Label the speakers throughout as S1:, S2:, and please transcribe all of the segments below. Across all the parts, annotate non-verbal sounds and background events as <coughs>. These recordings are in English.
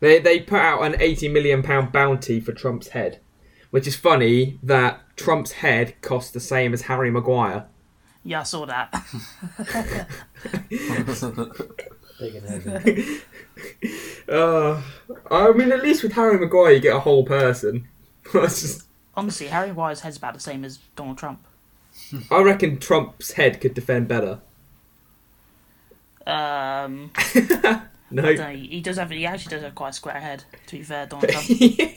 S1: They they put out an eighty million pound bounty for Trump's head, which is funny that Trump's head costs the same as Harry Maguire.
S2: Yeah, I saw that. <laughs>
S3: Big and heavy.
S1: Uh, I mean, at least with Harry Maguire, you get a whole person. <laughs> That's just-
S2: Honestly, Harry Maguire's head's about the same as Donald Trump.
S1: I reckon Trump's head could defend better.
S2: Um,
S1: No. <laughs>
S2: dunno, he he does have. He actually does have quite a square head. To be fair, Donald
S1: <laughs>
S2: Trump.
S1: you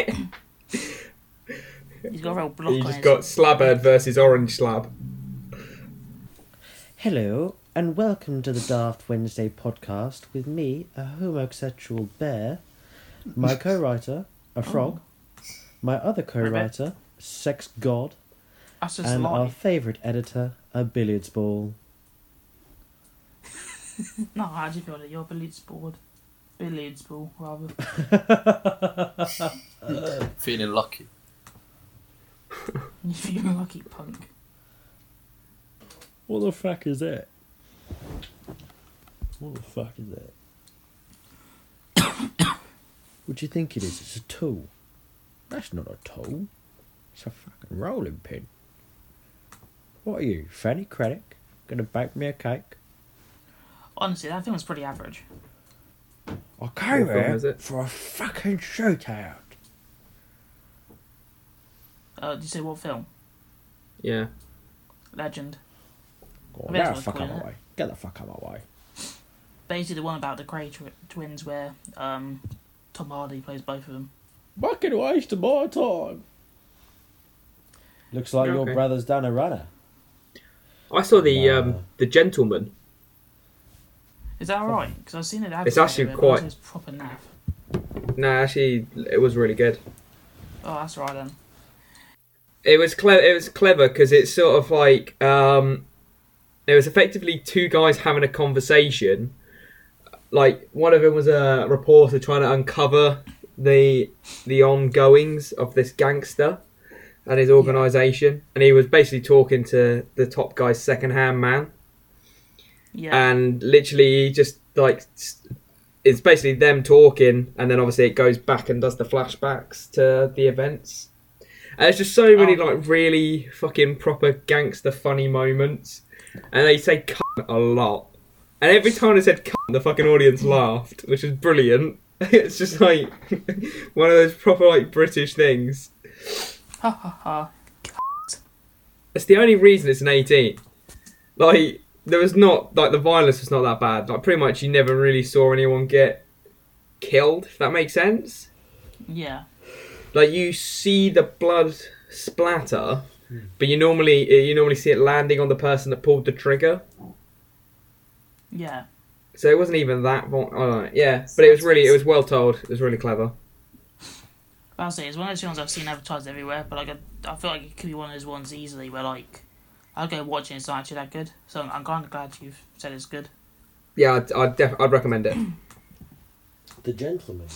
S2: He's got a real block on
S1: just
S2: his.
S1: got Slabhead versus Orange Slab.
S4: Hello, and welcome to the Daft Wednesday podcast with me, a homosexual bear, my co writer, a frog, my other co writer, sex god,
S2: That's just
S4: and our
S2: life.
S4: favourite editor, a billiards ball.
S2: No, how do you feel that you're billiards board? Billiards ball, rather.
S5: Feeling
S2: <laughs>
S5: lucky.
S2: you feel lucky, punk.
S4: What the fuck is that? What the fuck is that? <coughs> what do you think it is? It's a tool. That's not a tool. It's a fucking rolling pin. What are you, Fanny Craddock? Gonna bake me a cake?
S2: Honestly, that thing was pretty average.
S4: I came
S1: film is
S4: here
S1: it?
S4: for a fucking shootout.
S2: Uh, did you say what film?
S1: Yeah.
S2: Legend.
S4: Go
S2: I
S4: on,
S2: mean,
S4: get
S2: that's
S4: the
S2: what
S4: fuck
S2: I
S4: out
S2: call
S4: my
S2: it.
S4: way. Get the fuck out my way.
S2: Basically, the one about the Grey tw- twins, where um, Tom Hardy plays both of them.
S4: Fucking waste of my time. Looks like
S1: You're
S4: your
S1: okay.
S4: brother's done a runner.
S1: I saw the
S4: Wow.
S1: um, the gentleman.
S2: Is that alright? Because I've seen it.
S1: It's actually
S2: advertised, but
S1: quite-
S2: It's proper naff.
S1: Nah, actually, it was really good.
S2: Oh, that's right then.
S1: It was clever. It was clever because it's sort of like um, it was effectively two guys having a conversation. Like one of them was a reporter trying to uncover the the ongoings of this gangster and his organisation, and he was basically talking to the top guy's second-hand man,
S2: Yeah.
S1: and literally he just like s- it's basically them talking, and then obviously it goes back and does the flashbacks to the events. And there's just so many
S2: Oh.
S1: like really fucking proper gangster funny moments, and they say cunt a lot, and every time they said cunt, the fucking audience laughed, which is brilliant. <laughs> It's just like <laughs> one of those proper like British things.
S2: ha ha ha.
S1: It's the only reason it's an 18. Like, there was not, like, the violence was not that bad. Like, pretty much you never really saw anyone get killed, if that makes sense.
S2: Yeah.
S1: Like, you see the blood splatter, but you normally, eh, you normally see it landing on the person that pulled the trigger.
S2: Yeah.
S1: So it wasn't even that, vi- I don't know, yeah. But it was really, it was well told. It was really clever.
S2: That's it. It's one of those films I've seen advertised everywhere, but like I, I feel like it could be one of those ones easily where like I'll go watch it. It's not actually that good. So I'm, I'm kind of glad you've said it's good.
S1: Yeah, I'd, I'd, def- I'd recommend it.
S3: The Gentleman.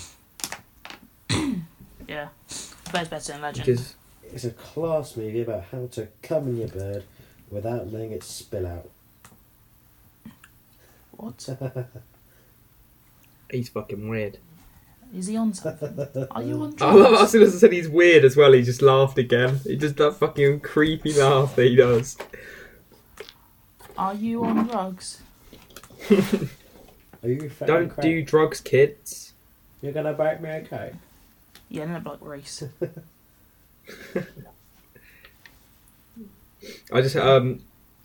S2: Yeah. <laughs> I bet it's better than Legend.
S1: Which is,
S3: It's a class movie about how to come in your bird without letting it spill out.
S2: What?
S1: he's fucking weird. <laughs>
S2: Is he on something? Are you on
S1: I love
S2: drugs?
S1: how as soon as I said he's weird as well, he just laughed again. He does that fucking creepy laugh that he does.
S2: Are you on drugs?
S3: <laughs> Are you fat
S1: Don't do drugs, kids.
S3: You're gonna bite me, okay?
S2: Yeah, in a black race.
S1: I just um,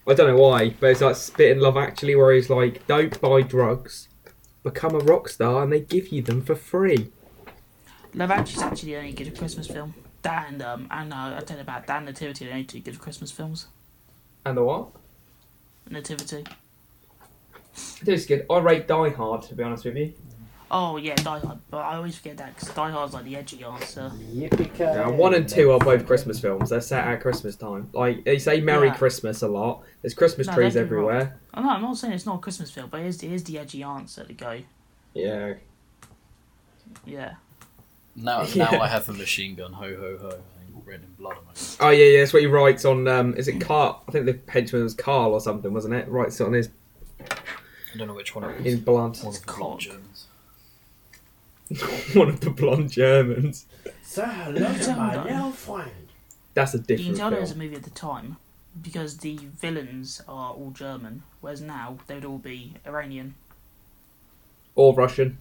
S1: I don't know why, but it's like Spit and Love Actually, where he's like, don't buy drugs, become a rock star, and they give you them for free.
S2: Love Actually's actually the only good Christmas film. That and um and uh, I tell you about that and Nativity are the only two good Christmas films.
S1: And the what?
S2: Nativity.
S1: This is good. I rate Die Hard to be honest with you.
S2: Oh yeah, Die Hard. But I always forget that because Die Hard's like the edgy answer.
S3: Yippee ki
S1: Now, one and two are both Christmas films. They're set at Christmas time. Like they say Merry
S2: Yeah.
S1: Christmas a lot. There's Christmas
S2: No,
S1: trees
S2: don't get me wrong.
S1: everywhere.
S2: Oh, no, I'm not saying it's not a Christmas film, but it is, it is the edgy answer to go.
S1: Yeah.
S2: Yeah.
S1: <laughs>
S5: Now,
S1: Yeah.
S5: now I have a machine gun. Ho ho ho! And written in blood on my.
S1: Oh yeah, yeah. That's what he writes on. Um, is it Carl? I think the henchman was Carl or something, wasn't it? Writes it on his
S5: I don't know which one it was.
S1: in blood. <laughs>
S5: One of the
S2: cock.
S5: Germans.
S1: one of the blonde Germans.
S6: Say hello to
S2: <laughs>
S6: my new friend.
S1: That's a
S2: You can
S1: different
S2: tell there was a
S1: film.
S2: movie at the time because the villains are all German, whereas now they would all be Iranian.
S1: Or Russian.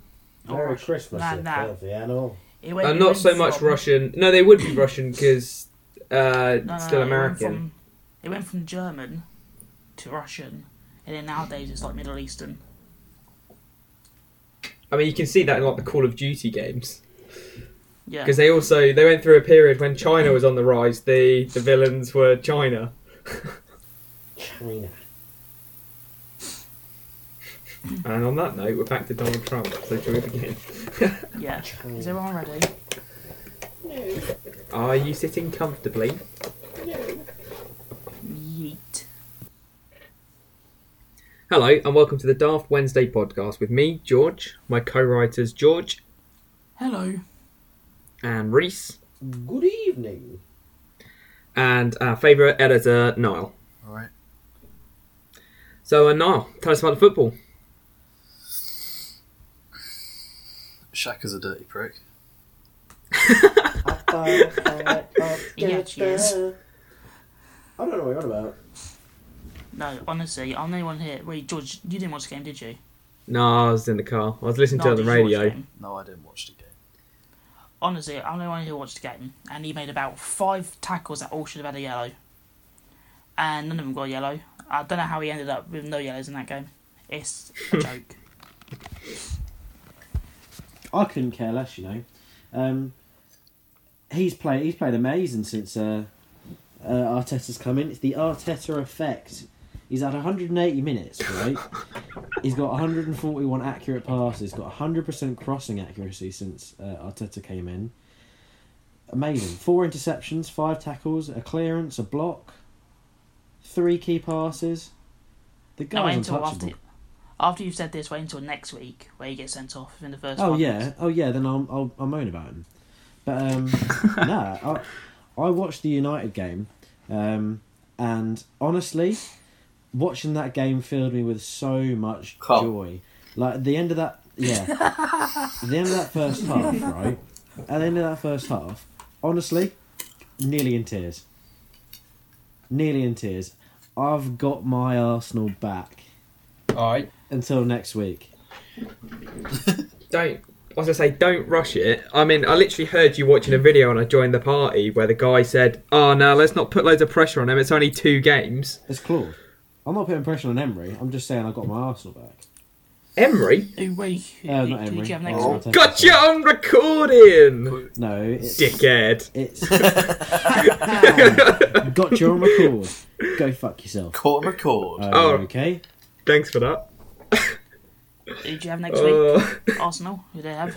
S2: Or
S6: Merry
S2: Russian.
S6: Christmas,
S2: Nah,
S6: you
S2: nah.
S6: filthy animal.
S2: It went-
S1: Uh,
S2: it
S1: not
S2: went
S1: so much
S2: from-
S1: Russian. No, they would be Russian because uh,
S2: No, no, no,
S1: still
S2: it went
S1: American.
S2: from- It went from German to Russian, and then nowadays it's like Middle Eastern.
S1: I mean, you can see that in like the Call of Duty games.
S2: Yeah.
S1: because they also they went through a period when China was on the rise. The the villains were
S2: <laughs>
S1: China.
S6: China.
S1: And on that note, we're back to Donald Trump. So shall we begin? <laughs>
S2: Yeah.
S6: China.
S2: Is everyone ready?
S1: Are you sitting comfortably?
S2: Yeet.
S1: Hello and welcome to the Daft Wednesday podcast with me, George, my co-writers George
S2: Hello.
S1: and Reese,
S6: Good evening.
S2: <laughs>
S1: and our favourite editor Niall.
S5: Alright.
S1: So uh, Niall, tell us about the football.
S5: Shaka's a dirty prick.
S6: I thought I was
S2: Yeah,
S6: dead.
S2: cheers.
S6: I don't know what you're on about.
S2: No, honestly, I'm the only one here. Wait, George, you didn't watch the game, did you?
S1: Nah, I was in the car. I was listening
S2: No,
S1: to it on
S2: did
S1: the
S2: you watch
S1: radio.
S2: game?
S5: No, I didn't watch the game.
S2: Honestly, I'm the only one who watched the game, and he made about five tackles that all should have had a yellow, and none of them got a yellow. I don't know how he ended up with no yellows in that game. It's
S3: <laughs>
S2: a joke.
S3: I couldn't care less, you know. Um, he's played. He's played amazing since uh, uh, Arteta's come in. It's the Arteta effect. He's had 180 minutes, right? he's got 141 accurate passes. Got 100% crossing accuracy since uh, Arteta came in. Amazing. Four interceptions, five tackles, a clearance, a block, three key passes. The
S2: No, wait
S3: guy's
S2: until after,
S3: untouchable.
S2: after you've said this, wait until next week where you get sent off in the first.
S3: Oh
S2: five
S3: yeah,
S2: minutes.
S3: oh yeah. Then I'll I'll, I'll moan about him. But um, nah, I, I watched the United game, um, and honestly, watching that game filled me with so much
S5: Cool.
S3: joy. Like at the end of that, yeah, the end of that first half, right? At the end of that first half, honestly, nearly in tears. Nearly in tears. I've got my Arsenal back
S1: All right.
S3: until next week.
S1: don't I was gonna say don't rush it. I mean, I literally heard you watching a video and I joined the party where the guy said, "Oh no, let's not put loads of pressure on him. It's only two games."
S3: It's Claude. I'm not putting pressure on Emery. I'm just saying I got my Arsenal back.
S1: Emery,
S2: Who, wait, who,
S3: Uh,
S2: who
S3: not
S2: do
S3: Emery.
S2: you have next
S3: Oh,
S2: week?
S3: Arteta,
S1: gotcha
S3: sorry.
S1: on recording,
S3: No, it's
S1: dickhead. <laughs>
S3: It's gotcha on record. Go fuck yourself. Uh,
S5: Caught and record.
S1: <laughs> Oh.
S3: Okay.
S1: Thanks for that.
S2: Who do you have next week?
S1: Uh,
S2: Arsenal. Who do they have?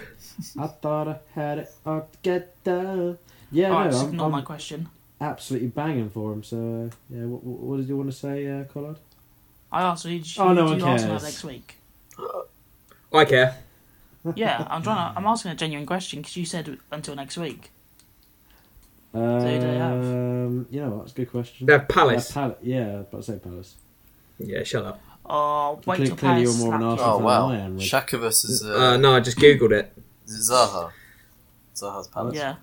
S3: I thought I had it all together. Yeah,
S2: Alright,
S3: no,
S2: just
S3: I'm,
S2: ignore my
S3: I'm
S2: question.
S3: absolutely banging for him. So uh, yeah, what, what, what did you want to say, uh, Collard?
S2: I asked you.
S3: Oh, no
S2: do
S3: one
S2: you Arsenal have
S3: cares.
S2: next week?
S1: I care.
S2: Yeah, I'm trying. To, I'm asking a genuine question because you said until next week.
S3: Um,
S2: do they have?
S3: You know what? That's a good question.
S1: They're Palace.
S3: Uh, Pal- yeah, but I say Palace.
S1: Yeah, shut up.
S2: Oh, wait
S3: Cle-
S2: till
S3: clearly
S2: Palace
S3: you're more
S2: slap
S3: of an
S2: you.
S3: Arsenal
S5: Oh
S3: fan.
S5: wow.
S3: I am, Rick.
S5: Shaka versus
S1: Uh,
S5: uh,
S1: no, I just googled it.
S5: Zaha. Zaha's Palace.
S2: Yeah,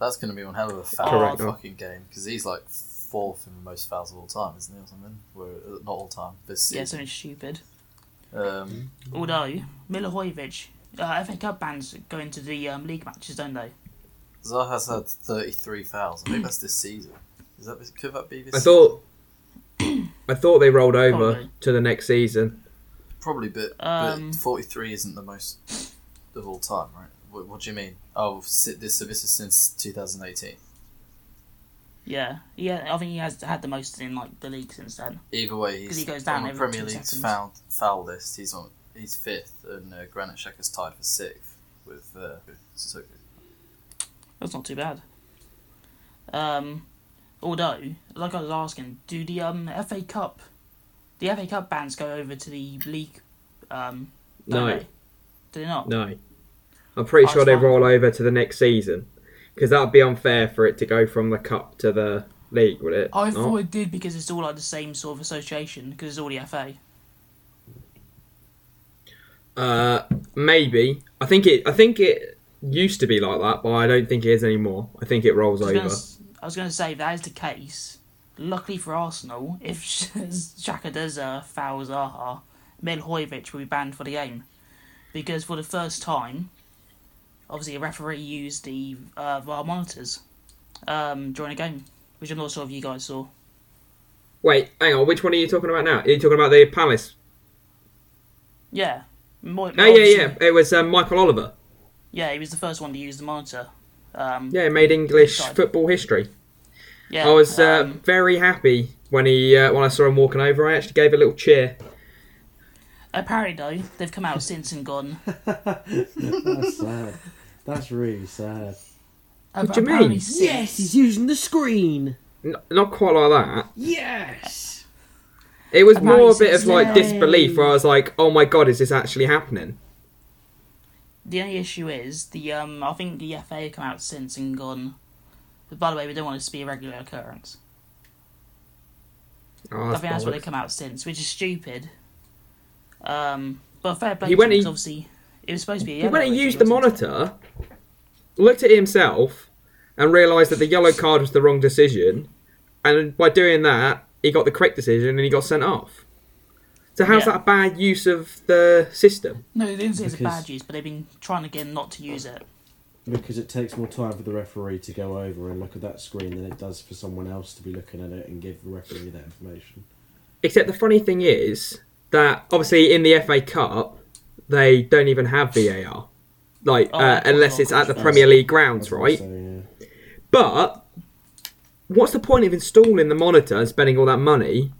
S5: That's going to be one hell of a foul
S1: Correct.
S5: fucking game because he's like fourth in the most fouls of all time, isn't he, or something? Well, uh, not all time this
S2: yeah,
S5: season.
S2: something stupid.
S5: um,
S2: Although Milivojevic, uh, FA Cup bans go into the um, league matches, don't they?
S5: Zaha's had thirty-three fouls. I think that's this season. Is that could that be this?
S1: I thought. I thought they rolled over
S2: Probably.
S1: to the next season.
S5: season? probably, but,
S2: Um,
S5: but forty-three isn't the most of all time, right? What, what do you mean? Oh, si- this so this is since two thousand eighteen.
S2: Yeah, yeah. I think he has had the most in like the league since then.
S5: Either way,
S2: 'Cause
S5: he's
S2: he goes down
S5: on the
S2: every
S5: Premier
S2: two
S5: League's
S2: seconds.
S5: foul, foul list. He's on. He's fifth, and uh, Granit Xhaka's tied for sixth with uh, Sissoko.
S2: That's not too bad. Um, although, like I was asking, do the um FA Cup, the FA Cup bans go over to the league? Um, don't
S1: No.
S2: they? do they not?
S1: No, I'm pretty
S2: Oh,
S1: sure
S2: it's
S1: they
S2: fine.
S1: roll over to the next season because that'd be unfair for it to go from the cup to the league, would it?
S2: I
S1: Not?
S2: thought it did because it's all like the same sort of association because it's all the FA.
S1: Uh, maybe. I think it. I think it used to be like that, but I don't think it is anymore. I think it rolls
S2: I was
S1: over.
S2: gonna s- I was going to say, if that is the case, luckily for Arsenal, if <laughs> Sh- Shaka does uh, foul Zaha, Milhojevic will be banned for the game. Because for the first time, obviously a referee used the uh, VAR monitors um, during a game, which I'm not sure if you guys saw.
S1: Wait, hang on. Which one are you talking about now? Are you talking about the Palace?
S2: Yeah. Mo-
S1: Oh yeah, yeah. It was um, Michael Oliver.
S2: Yeah, he was the first one to use the monitor. Um,
S1: Yeah, made English
S2: Sorry.
S1: football history.
S2: yeah,
S1: I was uh,
S2: um,
S1: very happy when he uh, when I saw him walking over. I actually gave a little cheer. uh,
S2: apparently, though, they've come out since and gone.
S3: That's sad. That's really sad.
S2: What
S1: do you mean?
S4: Yes, he's using the screen.
S1: N- not quite like that.
S4: Yes.
S1: It was
S2: Apparently
S1: more a bit of like
S2: since-
S1: disbelief, where I was like, "Oh my god, is this actually happening?"
S2: The only issue is the um. I think the FA have come out since and gone. But by the way, we don't want this to be a regular occurrence.
S1: Oh,
S2: I
S1: that's
S2: think that's where they
S1: bollocks.
S2: come out since, which is stupid. Um, but fair play.
S1: He
S2: He
S1: went
S2: went.
S1: and-
S2: obviously, it was supposed to be. A
S1: He went and
S2: yellow,
S1: used the
S2: wasn't it?
S1: monitor, looked at it himself, and realised that the yellow card was the wrong decision. And by doing that, he got the correct decision and he got sent off. So how's
S2: Yeah.
S1: that a bad use of the system?
S2: No, they didn't say it's a
S3: Because-
S2: bad use, but they've been trying to get him not to use it.
S3: Because it takes more time for the referee to go over and look at that screen than it does for someone else to be looking at it and give the referee that information.
S1: Except the funny thing is that obviously in the FA Cup they don't even have VAR, like
S2: Oh,
S1: uh,
S2: that's
S1: unless
S2: not
S1: it's at the
S2: controversial.
S1: Premier League
S3: That's
S1: grounds,
S3: what I'm
S1: right?
S3: saying, yeah.
S1: But what's the point of installing the monitor and spending all that money?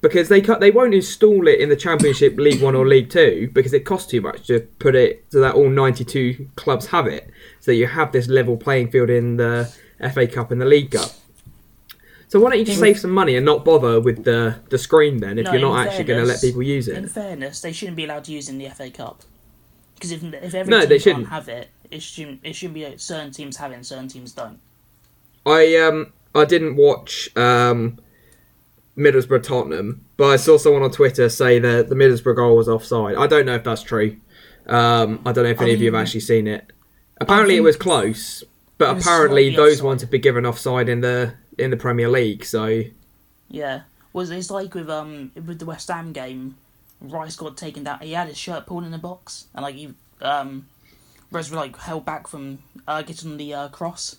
S1: Because they cut, they won't install it in the Championship League One or League Two because it costs too much to put it so that all 92 clubs have it, so you have this level playing field in the FA Cup and the League Cup. So why don't you just
S2: In-
S1: save some money and not bother with the the screen then if
S2: No,
S1: you're
S2: in
S1: not actually going to let
S2: fairness-
S1: people use
S2: In
S1: it?
S2: fairness, they shouldn't be allowed to use it in the FA Cup. Because if, if every
S1: No,
S2: team
S1: they
S2: can't
S1: shouldn't.
S2: have it, it shouldn't, it shouldn't be like certain teams have it and certain teams don't.
S1: I um I didn't watch um Middlesbrough Tottenham, but I saw someone on Twitter say that the Middlesbrough goal was offside. I don't know if that's true. Um, I don't know if any of you have
S2: Um,
S1: actually seen it. Apparently, it
S2: think
S1: was close, but
S2: it was
S1: apparently
S2: slightly
S1: those
S2: offside.
S1: ones have been given offside in the in the Premier League. So
S2: Yeah. Was it's like with um with the West Ham game, Rice got taken down. He had his shirt pulled in the box, and like he um, Rose were like held back from uh, getting the uh, cross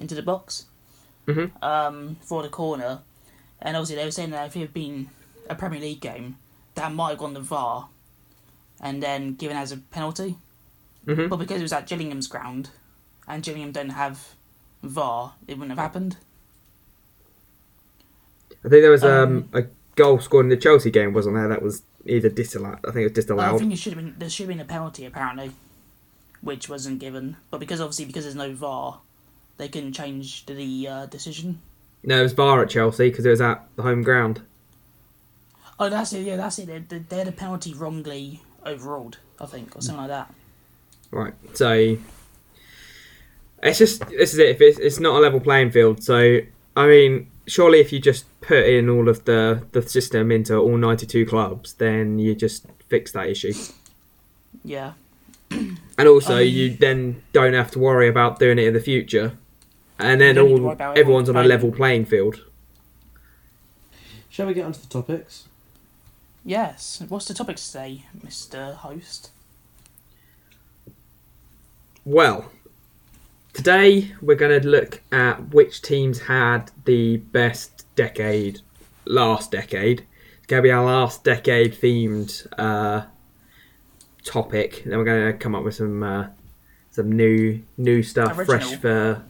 S2: into the box
S1: Mhm.
S2: um for the corner, and obviously they were saying that if it had been a Premier League game, that might have gone to VAR, and then given as a penalty.
S1: Mhm.
S2: But because it was at Gillingham's ground, and Gillingham don't have VAR, it wouldn't have happened.
S1: I think there was um,
S2: Um,
S1: a goal scored in the Chelsea game, wasn't there? That was either disallowed. I think it was
S2: Well, I
S1: disallowed.
S2: think it should have been there should have been a penalty apparently, which wasn't given. But because obviously because there's no VAR, they couldn't change the uh, decision.
S1: No, it was VAR at Chelsea because it was at the home ground.
S2: Oh, that's it. Yeah, that's it. They, they, they had a penalty wrongly overruled, I think, or something like that.
S1: Right. So it's just this is it. If it's, it's not a level playing field, so I mean, surely if you just put in all of the the system into all ninety two clubs, then you just fix that issue.
S2: Yeah,
S1: And also,
S2: I mean-
S1: you then don't have to worry about doing it in the future. And then
S2: You don't need to
S1: all
S2: worry about
S1: everyone's on a
S2: everyone
S1: level playing field.
S3: Shall we get onto the topics?
S2: Yes. What's the topic today, Mister Host?
S1: Well, today we're going to look at which teams had the best decade, last decade. It's going to be our last decade themed uh, topic. Then we're going to come up with some uh, some new new stuff, fresh
S2: Original.
S1: for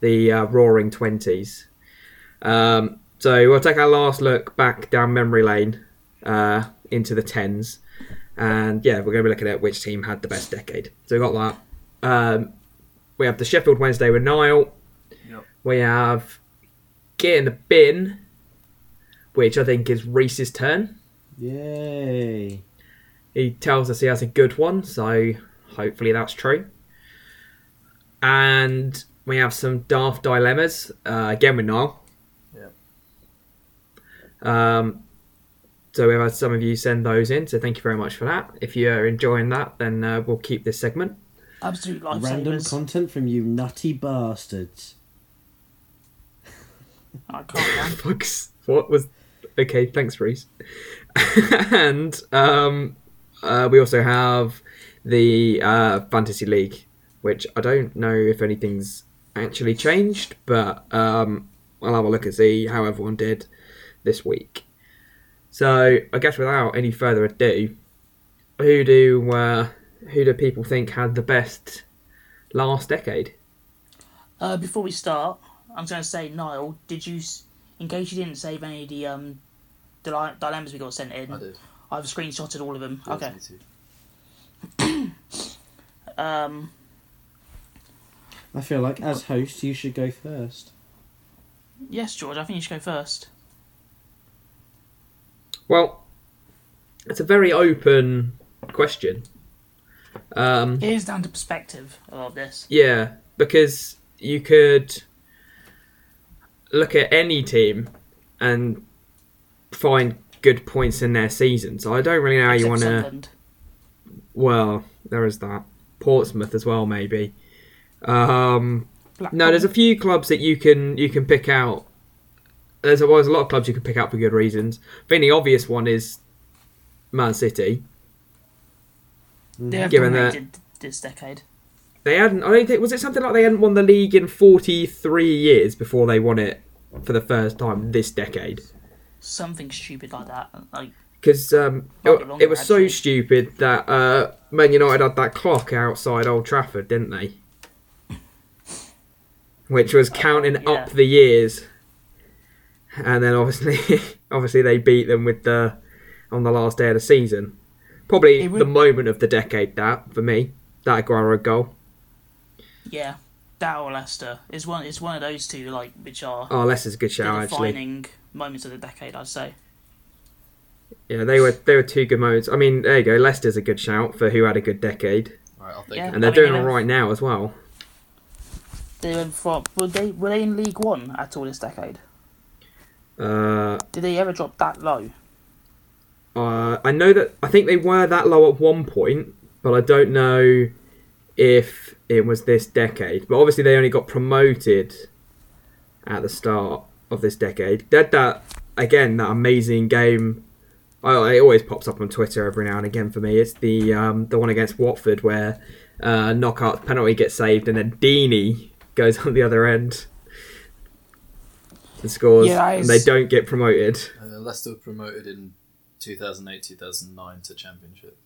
S1: the uh, Roaring Twenties. Um, so we'll take our last look back down memory lane uh, into the tens, and yeah, we're going to be looking at which team had the best decade. So we have got that. Um, we have the Sheffield Wednesday with Niall.
S5: Yep.
S1: We have Get in the Bin, which I think is Reese's turn.
S3: Yay!
S1: He tells us he has a good one, so hopefully that's true. And we have some daft dilemmas, uh, again with Niall.
S5: Yep.
S1: Um, So we've had some of you send those in. So thank you very much for that. If you're enjoying that, then uh, we'll keep this segment.
S2: Absolute
S3: Random
S2: lifesavers.
S3: content from you nutty bastards.
S2: I can't.
S1: <laughs>
S2: man.
S1: Fucks. What was? Okay, thanks, Reese. <laughs> and um, uh, we also have the uh, fantasy league, which I don't know if anything's actually changed, but um, I'll have a look and see how everyone did this week. So I guess without any further ado, who do uh, who do people think had the best last decade?
S2: Uh, before we start, I'm going to say, Niall, did you, s- in case you didn't save any of the um, dile- dilemmas we got sent in,
S5: I did.
S2: I've screenshotted all of them.
S5: Yeah,
S2: Mm-hmm. okay.
S5: me too.
S2: Um,
S3: I feel like as host you should go first.
S2: yes, George, I think you should go first.
S1: Well, it's a very open question. Um,
S2: It is down to perspective of this.
S1: yeah, because you could look at any team and find good points in their season. So I don't really know how you
S2: Except
S1: want to.
S2: Sunderland.
S1: Well, there is that. Portsmouth as well, maybe. Um, no, there's a few clubs that you can you can pick out. There's always a lot of clubs you can pick out for good reasons. I think the obvious one is Man City.
S2: They have
S1: given
S2: dominated this decade.
S1: They hadn't. I don't think was it something like they hadn't won the league in 43 years before they won it for the first time this decade.
S2: Something stupid like that. Like,
S1: Because um,
S2: Might be
S1: it,
S2: longer,
S1: it was so
S2: actually.
S1: stupid that uh, Man United had that clock outside Old Trafford, didn't
S2: <laughs>
S1: they? Which was counting
S2: yeah.
S1: up the years, and then obviously, <laughs> obviously they beat them with the on the last day of the season. Probably
S2: It would-
S1: the moment of the decade. That for me, that Aguero goal.
S2: yeah, that or Leicester. It's one, it's one of those two, like, which are
S1: Oh, Leicester's a good
S2: the
S1: shout actually.
S2: defining moments of the decade, I'd say.
S1: Yeah, they were they were two good moments. I mean, there you go. Leicester's a good shout for who had a good decade,
S5: Right, I'll think
S2: Yeah.
S5: of
S1: and they're
S2: I mean,
S1: doing
S2: they
S1: all
S2: went-
S1: right now as well.
S2: They went from were they were they in League One at all this decade?
S1: Uh,
S2: Did they ever drop that low?
S1: uh, I know that I think they were that low at one point, but I don't know if it was this decade. But obviously, they only got promoted at the start of this decade. They had that again, that amazing game. I, it always pops up on Twitter every now and again for me. It's the um, the one against Watford where uh, knockout penalty gets saved and then Deeney goes <laughs> on the other end and scores,
S2: Yeah, I
S1: and they
S2: s-
S1: don't get promoted.
S5: Uh, Leicester were promoted in 2008 2009 to Championship.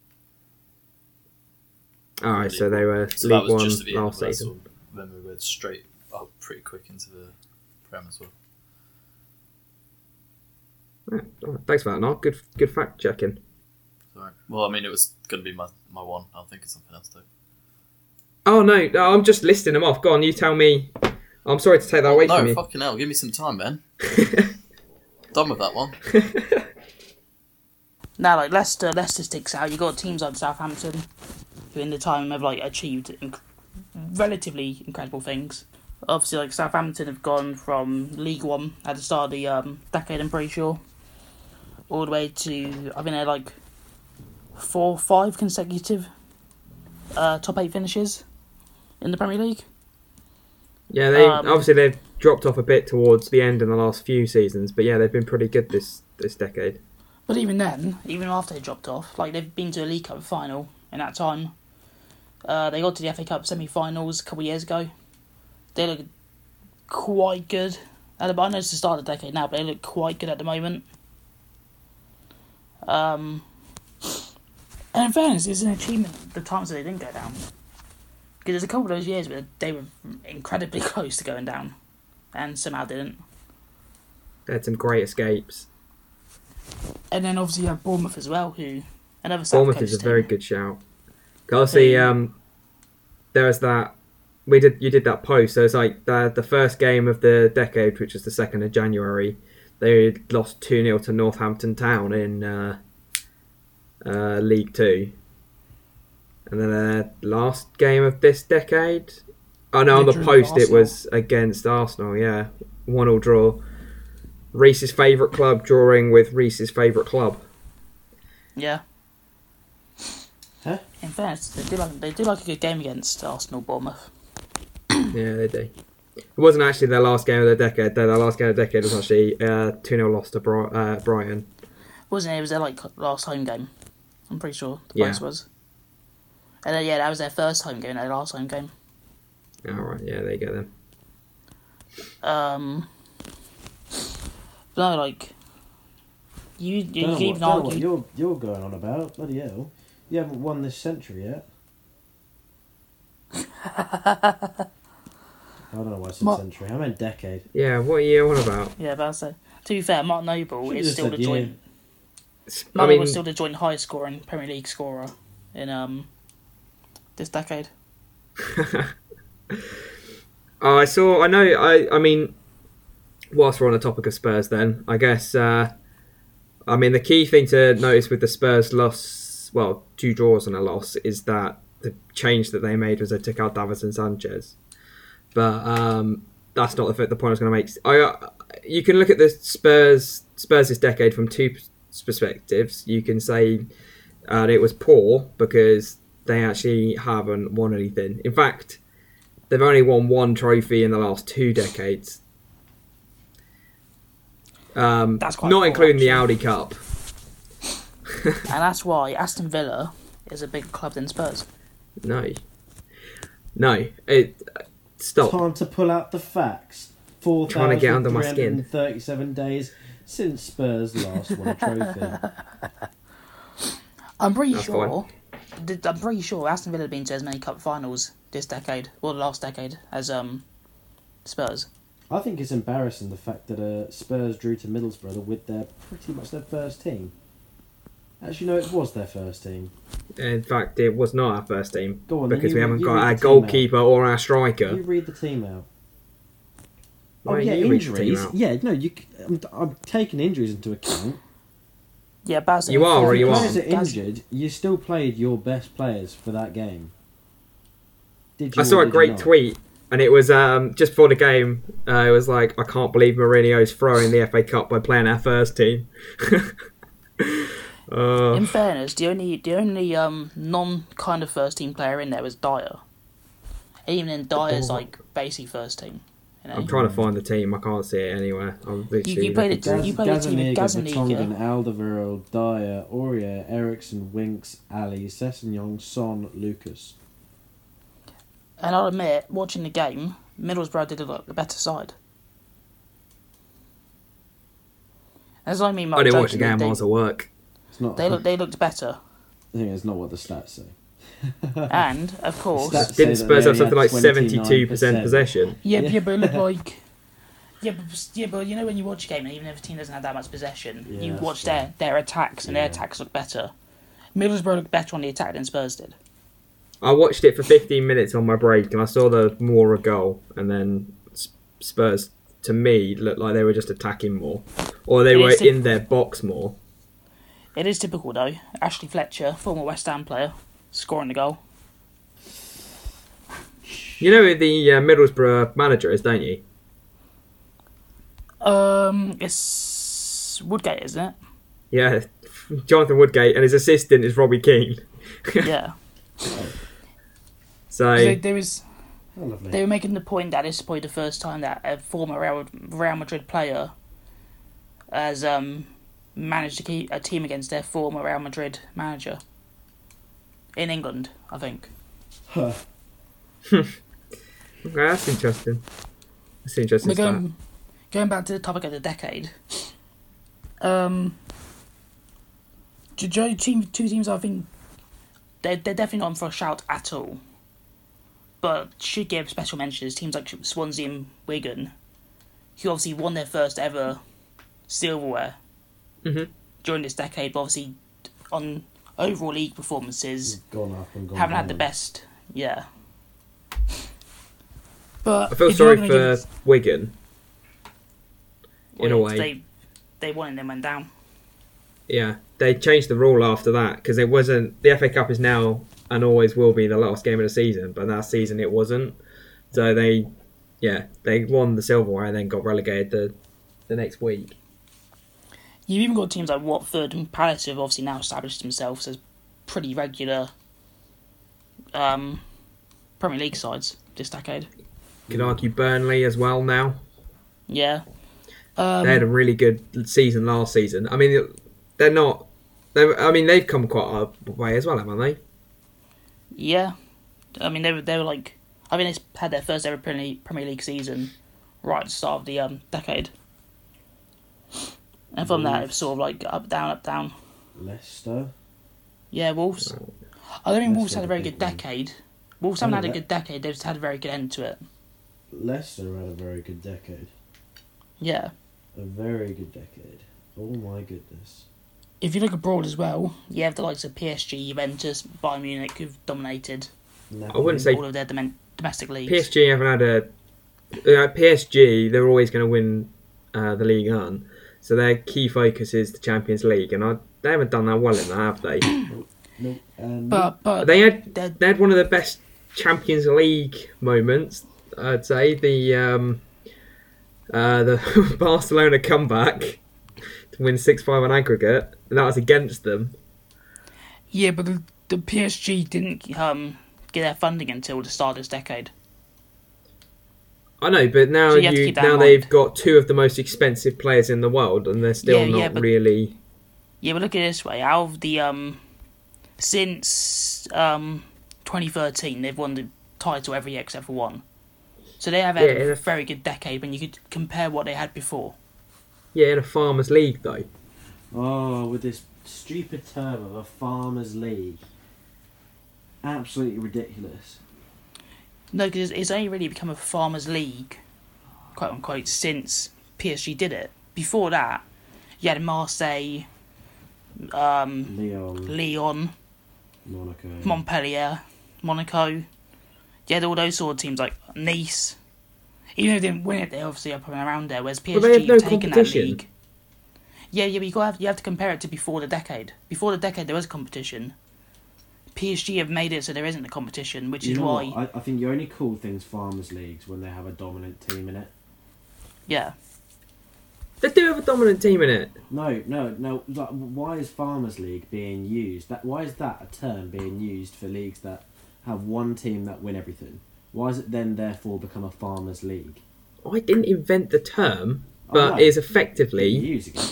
S1: All right, so they were
S5: So that
S1: League
S5: was
S1: One
S5: just at the end
S1: last
S5: of that,
S1: season.
S5: so Then we went straight up pretty quick into the Prem as well.
S1: Yeah, all right, thanks for that, Mark. Good, good fact checking.
S5: Sorry. Well, I mean, it was going to be my, my one. I'll think of something else, though.
S1: Oh no, no, I'm just listing them off. Go on, you tell me. I'm sorry to take that away from
S5: no,
S1: you.
S5: fucking hell. Give me some
S2: <laughs>
S5: time, man. Done with that one.
S2: Now like Leicester, Leicester sticks out. You got teams like Southampton, who in the time have like achieved inc- relatively incredible things. Obviously, like Southampton have gone from League One at the start of the um, decade, I'm pretty sure, all the way to I think they're like four, five consecutive uh, top eight finishes in the Premier League.
S1: Yeah, they
S2: Um,
S1: obviously they've dropped off a bit towards the end in the last few seasons, but yeah, they've been pretty good this this decade.
S2: But even then, even after they dropped off, like they've been to a League Cup final in that time. Uh, they got to the FA Cup semi-finals a couple of years ago. They look quite good. At the, I know it's the start of the decade now, but they look quite good at the moment. Um, and in fairness, it's an achievement the times that they didn't go down. Because there's a couple of those years where they were incredibly <laughs> close to going down, and somehow didn't.
S1: They had some great escapes.
S2: And then obviously you have Bournemouth as well, who another South
S1: Bournemouth
S2: Coast
S1: is a
S2: team.
S1: very good shout. 'Cause Obviously,
S2: Yeah.
S1: um, there was that we did you did that post. So it's like the the first game of the decade, which is the second of January. They lost two 0 to Northampton Town in uh, uh, League Two, and then their last game of this decade. Oh no,
S2: They
S1: on the
S2: drew with
S1: post it
S2: Arsenal.
S1: was against Arsenal. Yeah, one all draw. Reese's favourite club drawing with Reese's favourite club.
S2: Yeah.
S3: Huh?
S2: In fairness, they do like they do like a good game against Arsenal, Bournemouth.
S1: Yeah, they do. It wasn't actually their last game of the decade. Though their last game of the decade was actually uh, two 0 loss to Bri- uh, Brighton.
S2: Wasn't it? It was their like last home game. I'm pretty sure the
S1: Yeah.
S2: price was. And then, yeah, that was their first home game. Their last home game.
S1: All right, yeah, there you go then.
S2: Um. No, like. You you
S3: Don't know
S2: can
S3: what,
S2: even
S3: don't know what
S2: argue.
S3: you're, you're going on about. Bloody hell. You haven't won this century
S2: <laughs>
S3: yet. I don't know why I said
S2: Ma-
S3: century. I meant decade.
S1: Yeah, what are you on about?
S2: Yeah, that's it. To be fair, Mark Noble
S3: Should've
S2: is
S3: just
S2: Oh, still
S3: said
S2: the
S3: year.
S2: joint.
S1: S- I
S2: Mark
S1: mean,
S2: Noble's still the joint highest scoring Premier League scorer in um this decade.
S1: <laughs> uh, I saw. I know. I. I mean, whilst we're on the topic of Spurs, then I guess. Uh, I mean, the key thing to notice with the Spurs loss, well, two draws and a loss, is that the change that they made was they took out Davison Sanchez, but um, that's not the, the point I was going to make. I. uh, You can look at the Spurs Spurs this decade from two p- perspectives. You can say uh, it was poor because they actually haven't won anything. In fact, they've only won one trophy in the last two decades. Um,
S2: That's quite
S1: not
S2: poor,
S1: including the Audi Cup.
S2: And that's why Aston Villa is a bigger club than Spurs.
S1: No, no. It stop.
S3: Time to pull out the facts. Four
S1: Trying to
S3: thousand
S1: get
S3: three
S1: under my
S3: hundred
S1: skin.
S3: and thirty-seven days since Spurs last won a trophy.
S1: <laughs>
S2: I'm pretty
S1: That's
S2: sure. th- I'm pretty sure Aston Villa have been to as many cup finals this decade or the last decade as um Spurs.
S3: I think it's embarrassing the fact that uh, Spurs drew to Middlesbrough with their pretty much their first team. Actually, no, it was their first team.
S1: In fact, it was not our first team
S3: Go on, then,
S1: because
S3: you
S1: we
S3: read-
S1: haven't
S3: you
S1: got
S3: read
S1: our
S3: the team out.
S1: goalkeeper or our striker.
S3: You read the team out. Oh
S1: Why
S3: yeah,
S1: you read the team
S3: injuries.
S1: out?
S3: Yeah, no, you. c- I'm, I'm taking injuries into account.
S2: Yeah, Baz.
S1: You are or
S3: If
S1: you
S3: players
S1: aren't.
S3: are injured. You still played your best players for that game. Did you?
S1: I saw
S3: or
S1: a
S3: did you
S1: great
S3: not?
S1: tweet, and it was um, just before the game. Uh, it was like, I can't believe Mourinho's throwing the FA Cup by playing our first team. <laughs> uh,
S2: In fairness, the only the only um non kind of first team player in there was Dyer. Even in Dyer's
S1: Oh.
S2: like basically first team. You know?
S1: I'm trying to find the team. I can't see it anywhere. I'm literally
S2: you played
S1: looking
S2: it-
S1: for-
S2: you played a team with
S3: Gazaniga,
S2: Gazaniga.
S3: Vertonghen, Alderweireld, Dyer, Aurier, Ericsson, Winks, Ali, Sessegnon, Son, Lucas.
S2: And I'll admit, watching the game, Middlesbrough did look the better side. As I mean,
S1: I didn't watch the
S2: jokingly,
S1: game. I was at work.
S3: It's not.
S2: They, they, look, they looked better.
S3: I think it's not what the stats say. <laughs>
S2: And, of course,
S3: Stats say
S1: Didn't
S3: that
S1: Spurs
S3: they
S1: have something
S3: only
S1: like
S3: had
S1: 72 percent
S3: 29%.
S1: possession?
S2: Yeah,
S3: Yeah.
S2: yeah, but it
S3: <laughs>
S2: looked like. Yeah but, yeah, but you know when you watch a game, and even if a team doesn't have that much possession,
S3: Yeah,
S2: you
S3: that's
S2: watch
S3: true.
S2: their, their attacks, and
S3: Yeah.
S2: their attacks look better. Middlesbrough looked better on the attack than Spurs did.
S1: I watched it for 15 minutes on my break, and I saw the Mora goal, and then S- Spurs to me looked like they were just attacking more, or they
S2: It
S1: were
S2: is-
S1: in their box more.
S2: It is typical though. Ashley Fletcher, former West Ham player, scoring the goal.
S1: You know who the uh, Middlesbrough manager is, don't you?
S2: Um, it's Woodgate, isn't
S1: Yeah, <laughs> Jonathan Woodgate, and his assistant is Robbie Keane.
S2: it? yeah.
S1: So
S2: So there was
S3: Oh, lovely.
S2: they were making the point that this is probably the first time that a former Real, Real Madrid player has um, managed to keep a team against their former Real Madrid manager in England, I think.
S3: Huh.
S1: okay, that's interesting. That's an interesting.
S2: We're
S1: stat.
S2: going going back to the topic of the decade. Um, do, do, you- team, two teams I think they're they're definitely not on for a shout at all, but should give special mentions. Teams like Swansea and Wigan, who obviously won their first ever silverware
S1: Mhm.
S2: during this decade, but obviously on overall league performances
S3: Gone up and gone
S2: haven't had the
S3: down.
S2: best. Yeah. But
S1: I feel
S2: if you're
S1: sorry
S2: gonna give
S1: for
S2: us-
S1: Wigan. in a
S2: Well,
S1: way.
S2: They they won and then went down.
S1: Yeah, they changed the rule after that because it wasn't the FA Cup is now and always will be the last game of the season, but that season it wasn't. So they, yeah, they won the silverware and then got relegated the the next week.
S2: You've even got teams like Watford and Palace who have obviously now established themselves as pretty regular um, Premier League sides this decade.
S1: Could argue Burnley as well now.
S2: Yeah. Um,
S1: they had a really good season last season. I mean, they're not. They, I mean, they've come quite a way as well, haven't they?
S2: Yeah, I mean they were they were like I mean they had their first ever Premier League, Premier League season right at the start of the um, decade, and from that it was sort of like up down up down.
S3: Leicester.
S2: Yeah, Wolves. I don't think
S3: That's
S2: Wolves had a
S3: not a
S2: very
S3: big
S2: good
S3: one.
S2: decade. Wolves haven't
S3: Oh,
S2: had a
S3: that-
S2: good decade. They've just had a very good end to it.
S3: Leicester had a very good decade.
S2: Yeah.
S3: A very good decade. Oh my goodness.
S2: If you look abroad as well, you have the likes of PSG, Juventus, Bayern Munich who've dominated
S1: I wouldn't say
S2: all of their dom- domestic leagues.
S1: PSG haven't had a. Uh, PSG, they're always going to win uh, the league, aren't? So their key focus is the Champions League, and I, they haven't done that well in that, have
S2: <coughs>
S1: they?
S3: No, um,
S2: But but
S1: They had-
S2: they're-
S1: they had one of the best Champions League moments, I'd say. The um, uh, the <laughs> Barcelona comeback to win six five on aggregate, and that was against them.
S2: Yeah, but the, the PSG didn't um, get their funding until the start of this decade.
S1: I know, but now
S2: So you
S1: you,
S2: have to keep that in
S1: now
S2: mind.
S1: they've got two of the most expensive players in the world, and they're still
S2: Yeah,
S1: not
S2: yeah, but-
S1: really.
S2: Yeah, but look at it this way: out of the um, since um, 2013, they've won the title every year except for one. So they have had
S1: Yeah,
S2: a
S1: that's-
S2: very good decade when you could compare what they had before.
S1: Yeah, in a farmers' league though.
S3: Oh, with this stupid term of a farmers' league. Absolutely ridiculous.
S2: No, because it's only really become a farmers' league, quote unquote, since PSG did it. Before that, you had Marseille, um,
S3: Leon,
S2: Lyon,
S3: Monaco.
S2: Montpellier, Monaco. You had all those sort of teams like Nice. Even though they didn't win it, they obviously are probably around there. Whereas PSG
S1: they have no
S2: have taken that
S1: competition.
S2: league. Yeah, yeah, but you got have, you have to compare it to before the decade. Before the decade, there was competition. PSG have made it so there isn't a competition, which
S3: You
S2: is
S3: know
S2: why
S3: what? I, I think you only call things farmers' leagues when they have a dominant team in it.
S2: yeah,
S1: They do have a dominant team in it.
S3: No, no, no. Like, why is farmers' league being used? That why is that a term being used for leagues that have one team that win everything? Why is it then therefore become a farmers' league?
S1: I didn't invent the term,
S3: Oh,
S1: but
S3: no.
S1: it's
S3: Being
S1: effectively
S3: used again.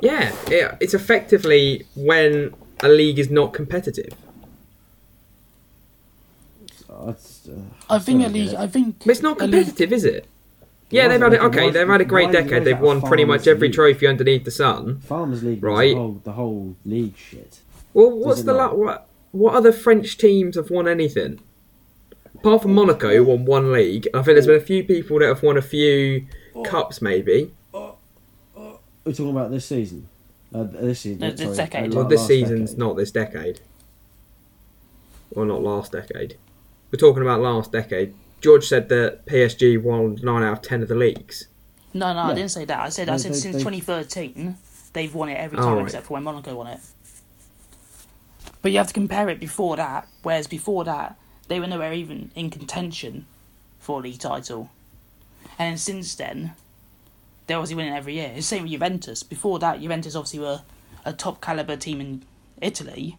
S1: yeah, it, it's effectively when a league is not competitive.
S3: I, just, uh,
S2: I think
S3: don't
S2: at
S3: get
S2: least
S3: it.
S2: I think
S1: But it's not competitive, is it? Yeah,
S3: Why
S1: they've
S3: is
S1: had it.
S3: why
S1: Okay,
S3: is-
S1: they've had a great
S3: why is it
S1: decade.
S3: always
S1: They've
S3: about
S1: won pretty much
S3: farmers'
S1: every
S3: league?
S1: underneath underneath the sun.
S3: Farmers' league, right?
S1: Right.
S3: The whole, the whole league shit.
S1: Well, what's
S3: it
S1: the
S3: not?
S1: la- what? What other French teams have won anything? Apart from Monaco, who won one league. I think there's been a few people that have won a few
S3: Oh.
S1: cups, maybe.
S3: We're talking about this season. Uh, this season.
S2: No, this
S3: sorry,
S2: decade.
S3: uh,
S1: Well,
S3: la-
S1: this
S3: last
S1: season's
S3: decade.
S1: not this decade. Well, not last decade. We're talking about last decade. George said that PSG won nine out of ten of the leagues.
S2: no, no, I
S3: Yeah.
S2: didn't say that. I said I
S3: No,
S2: said
S3: they-
S2: since
S3: they-
S2: 2013 they've won it every
S1: Oh,
S2: time
S1: right.
S2: except for when Monaco won it. But you have to compare it before that. Whereas before that they were nowhere even in contention for the title, and then since then they obviously win it every year. It's the same with Juventus. Before that, Juventus obviously were a top caliber team in Italy,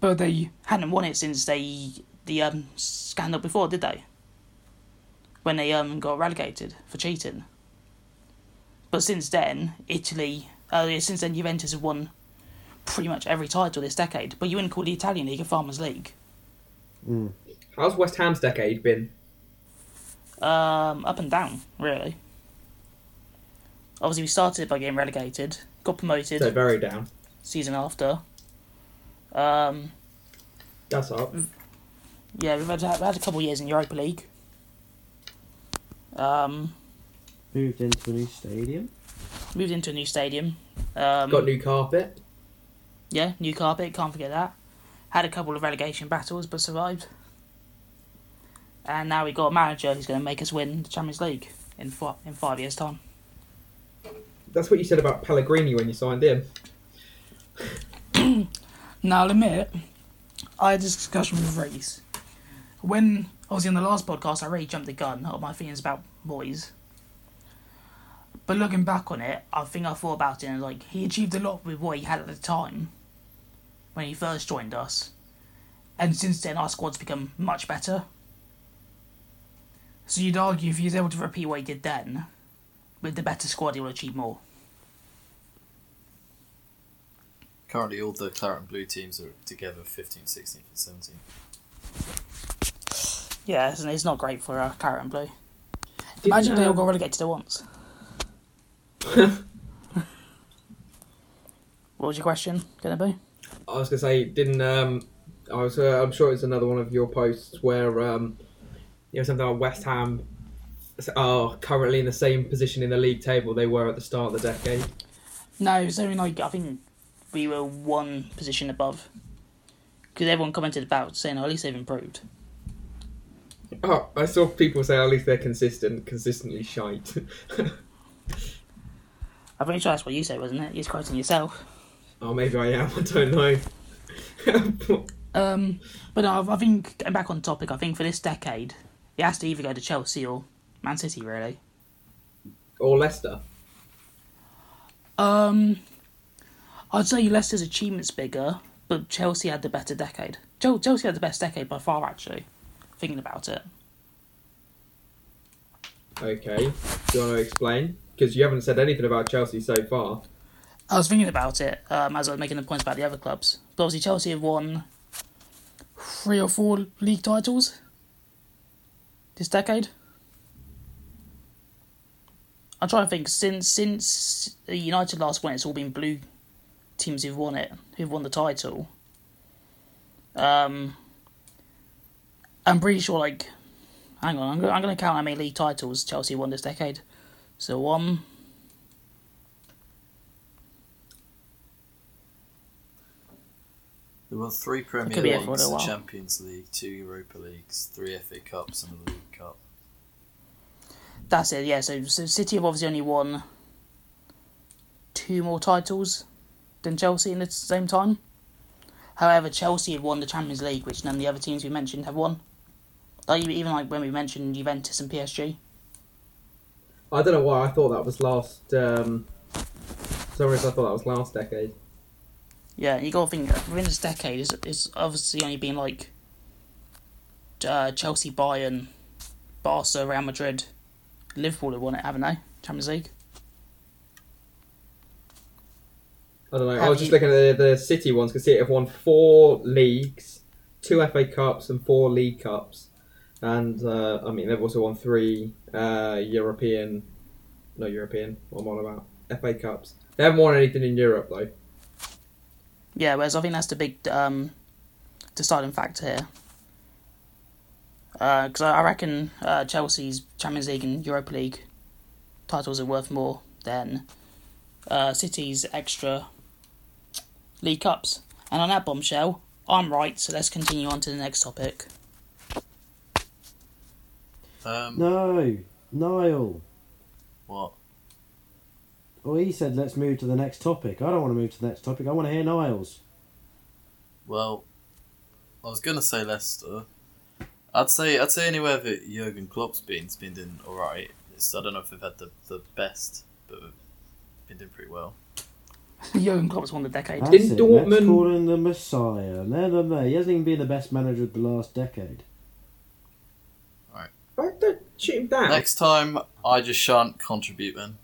S2: but they hadn't won it since they the um, scandal before, did they? When they um got relegated for cheating. But since then, Italy, uh, yeah, since then Juventus have won pretty much every title this decade. But you wouldn't call the Italian league a farmers' league.
S1: How's West Ham's decade been?
S2: Um, up and down, really. Obviously, we started by getting relegated, got promoted
S1: very down.
S2: season after. Um,
S1: That's up.
S2: Mm. yeah, we've had, we've had a couple of years in Europa League. Um,
S3: Moved into a new stadium.
S2: moved into a new stadium. Um,
S1: new carpet.
S2: yeah, new carpet, can't forget that. Had a couple of relegation battles but survived. And now we got a manager who's going to make us win the Champions League in fi- in five years' time.
S1: That's what you said about Pellegrini when you signed him.
S2: Now, I'll admit, I had this discussion with Reese. When, obviously, on the last podcast, I really jumped the gun on my feelings about boys. But looking back on it, I think I thought about it and like he achieved a lot with what he had at the time when he first joined us. And since then our squad's become much better. So you'd argue if he's able to repeat what he did then, with the better squad he will achieve more.
S5: Currently, all the claret and blue teams are together 15, 16, and 17.
S2: Yeah, it's, it's not great for uh, Claret and Blue.
S1: Didn't,
S2: Imagine they all
S1: um,
S2: got relegated at once. <laughs> what was your question going to be?
S1: I was gonna say, didn't um, I was uh, I'm sure it's another one of your posts where um, you know something like West Ham are currently in the same position in the league table they were at the start of the decade.
S2: No, it's only like I think we were one position above because everyone commented about saying oh, at least they've improved.
S1: Oh, I saw people say at least they're consistent, consistently shite. <laughs>
S2: I'm pretty sure that's what you said, wasn't it? You're quoting yourself.
S1: oh, maybe I am. I don't know. <laughs>
S2: Um, but no, I I think getting back on topic, I think for this decade, it has to either go to Chelsea or Man City, really.
S1: or Leicester.
S2: Um, I'd say Leicester's achievements bigger, but Chelsea had the better decade. Chel- Chelsea had the best decade by far, actually. Thinking about it,
S1: Okay, do you want to explain? Because you haven't said anything about Chelsea so far.
S2: I was thinking about it um, as I was making the points about the other clubs. But obviously, Chelsea have won three or four league titles this decade. I'm trying to think. Since since United last won, it's all been blue teams who've won it, who've won the title. Um, I'm pretty sure. Like, hang on, I'm going I'm going to count how many league titles Chelsea won this decade. So one,
S5: There were three Premier
S2: could be here for a
S5: Leagues,
S2: little
S5: a
S2: while.
S5: Champions League, two Europa Leagues, three FA Cups, and a League Cup.
S2: That's it, yeah. So, so City have obviously only won two more titles than Chelsea in the same time. However, Chelsea have won the Champions League, which none of the other teams we mentioned have won. Like even like when we mentioned Juventus and PSG.
S1: I don't know why I thought that was last. Um, for some reason I thought that was last decade.
S2: Yeah, you got to think within this decade, it's, it's obviously only been like uh, Chelsea, Bayern, Barca, Real Madrid, Liverpool have won it, haven't they? Champions League.
S1: I don't know. I
S2: Have
S1: was just
S2: you-
S1: looking at the, the City ones because City have won four leagues, two FA Cups, and four League Cups. And uh, I mean, they've also won three uh, European, no European. What am I on about? FA Cups. They haven't won anything in Europe though.
S2: Yeah, whereas I think that's the big um, deciding factor here. Because I I reckon uh, Chelsea's Champions League and Europa League titles are worth more than uh, City's extra League Cups. And on that bombshell, I'm right, so let's continue on to the next topic. <laughs>
S5: Um,
S3: No, Niall.
S5: What?
S3: Well, he said let's move to the next topic. I don't want to move to the next topic. I want to hear Niall's.
S5: Well, I was gonna say Leicester. I'd say I'd say anywhere that Jurgen Klopp's been, has been doing all right. It's, I don't know if they've had the, the best, but they've been doing pretty well.
S2: Jurgen Klopp's won the decade.
S3: That's
S1: Didn't
S3: it. Let's
S1: Dortmund-
S3: call him the Messiah. No, no, no. He hasn't even been the best manager of the last decade.
S1: I don't shoot him down.
S5: Next time, I just shan't contribute then.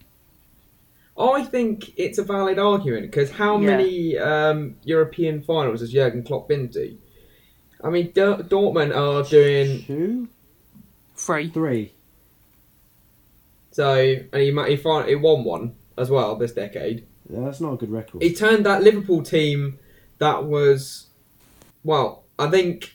S1: I think it's a valid argument because how
S2: Yeah.
S1: many um, European finals has Jurgen Klopp been to? I mean, Dor- Dortmund are doing
S3: Two,
S2: Three.
S3: three.
S1: so, and he ma- he, fin- he won one as well this decade.
S3: Yeah, that's not a good record.
S1: he turned that Liverpool team that was, well, I think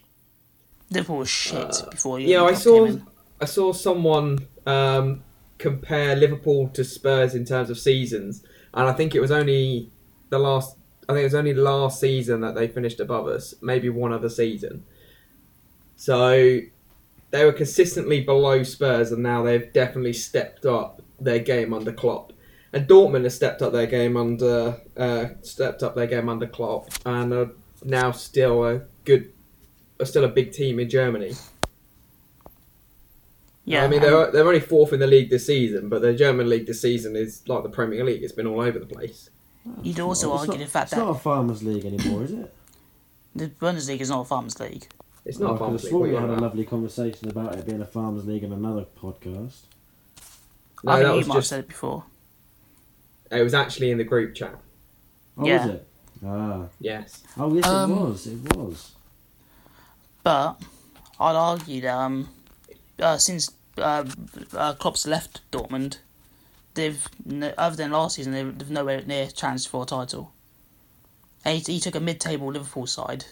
S2: Liverpool was shit before Jurgen
S1: yeah. I
S2: Klopp
S1: saw
S2: came in.
S1: I saw someone um, compare Liverpool to Spurs in terms of seasons, and I think it was only the last. I think it was only last season that they finished above us, maybe one other season. So they were consistently below Spurs, and now they've definitely stepped up their game under Klopp. And Dortmund has stepped up their game under uh, stepped up their game under Klopp, and are now still a good, are still a big team in Germany.
S2: Yeah,
S1: I mean,
S2: and-
S1: they're, they're only fourth in the league this season, but the German league this season is like the Premier League. It's been all over the place.
S2: You'd also
S3: It's
S2: argue
S3: not-
S2: the fact
S3: It's not
S2: that
S3: a farmers league anymore, is it?
S2: the Bundesliga is not a farmers league.
S1: It's not
S3: Oh,
S1: a farm
S3: 'cause I
S1: league.
S3: swore
S1: what are
S3: we
S1: you
S3: had
S1: on
S3: a
S1: about?
S3: lovely conversation about it being a farmers league in another podcast.
S1: No,
S2: I
S1: that
S2: think
S1: was
S2: you
S1: just.
S2: might have said it before.
S1: It was actually in the group chat.
S3: Oh,
S2: Yeah.
S3: was it? Ah.
S1: Yes.
S3: Oh, yes,
S2: Um,
S3: it was. It was.
S2: But I'd argue that um, uh, since uh, uh, Klopp's left Dortmund, they've no, other than last season they've, they've nowhere near chance for a title. And he, he took a mid-table Liverpool side,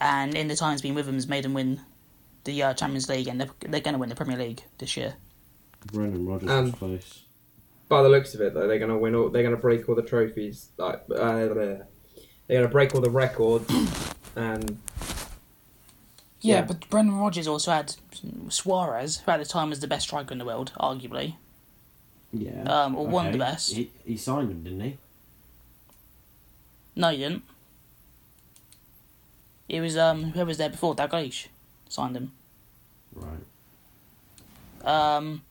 S2: and in the time he's been with them, has made them win the uh, Champions League, and they're, they're going to win the Premier League this year.
S3: Brendan Rodgers
S1: Um,
S3: was close.
S1: By the looks of it, though, they're going to win all. They're going to break all the trophies. Like uh, they're going to break all the
S2: <coughs>
S1: records, and <laughs>
S2: Yeah,
S1: Yeah.
S2: but Brendan Rodgers also had Suarez, who at the time was the best striker in the world, arguably.
S3: Yeah.
S2: um, or one of the best.
S3: He, he signed him, didn't he?
S2: No, he didn't. It was um whoever was there before Dalglish signed him.
S3: Right.
S2: Um,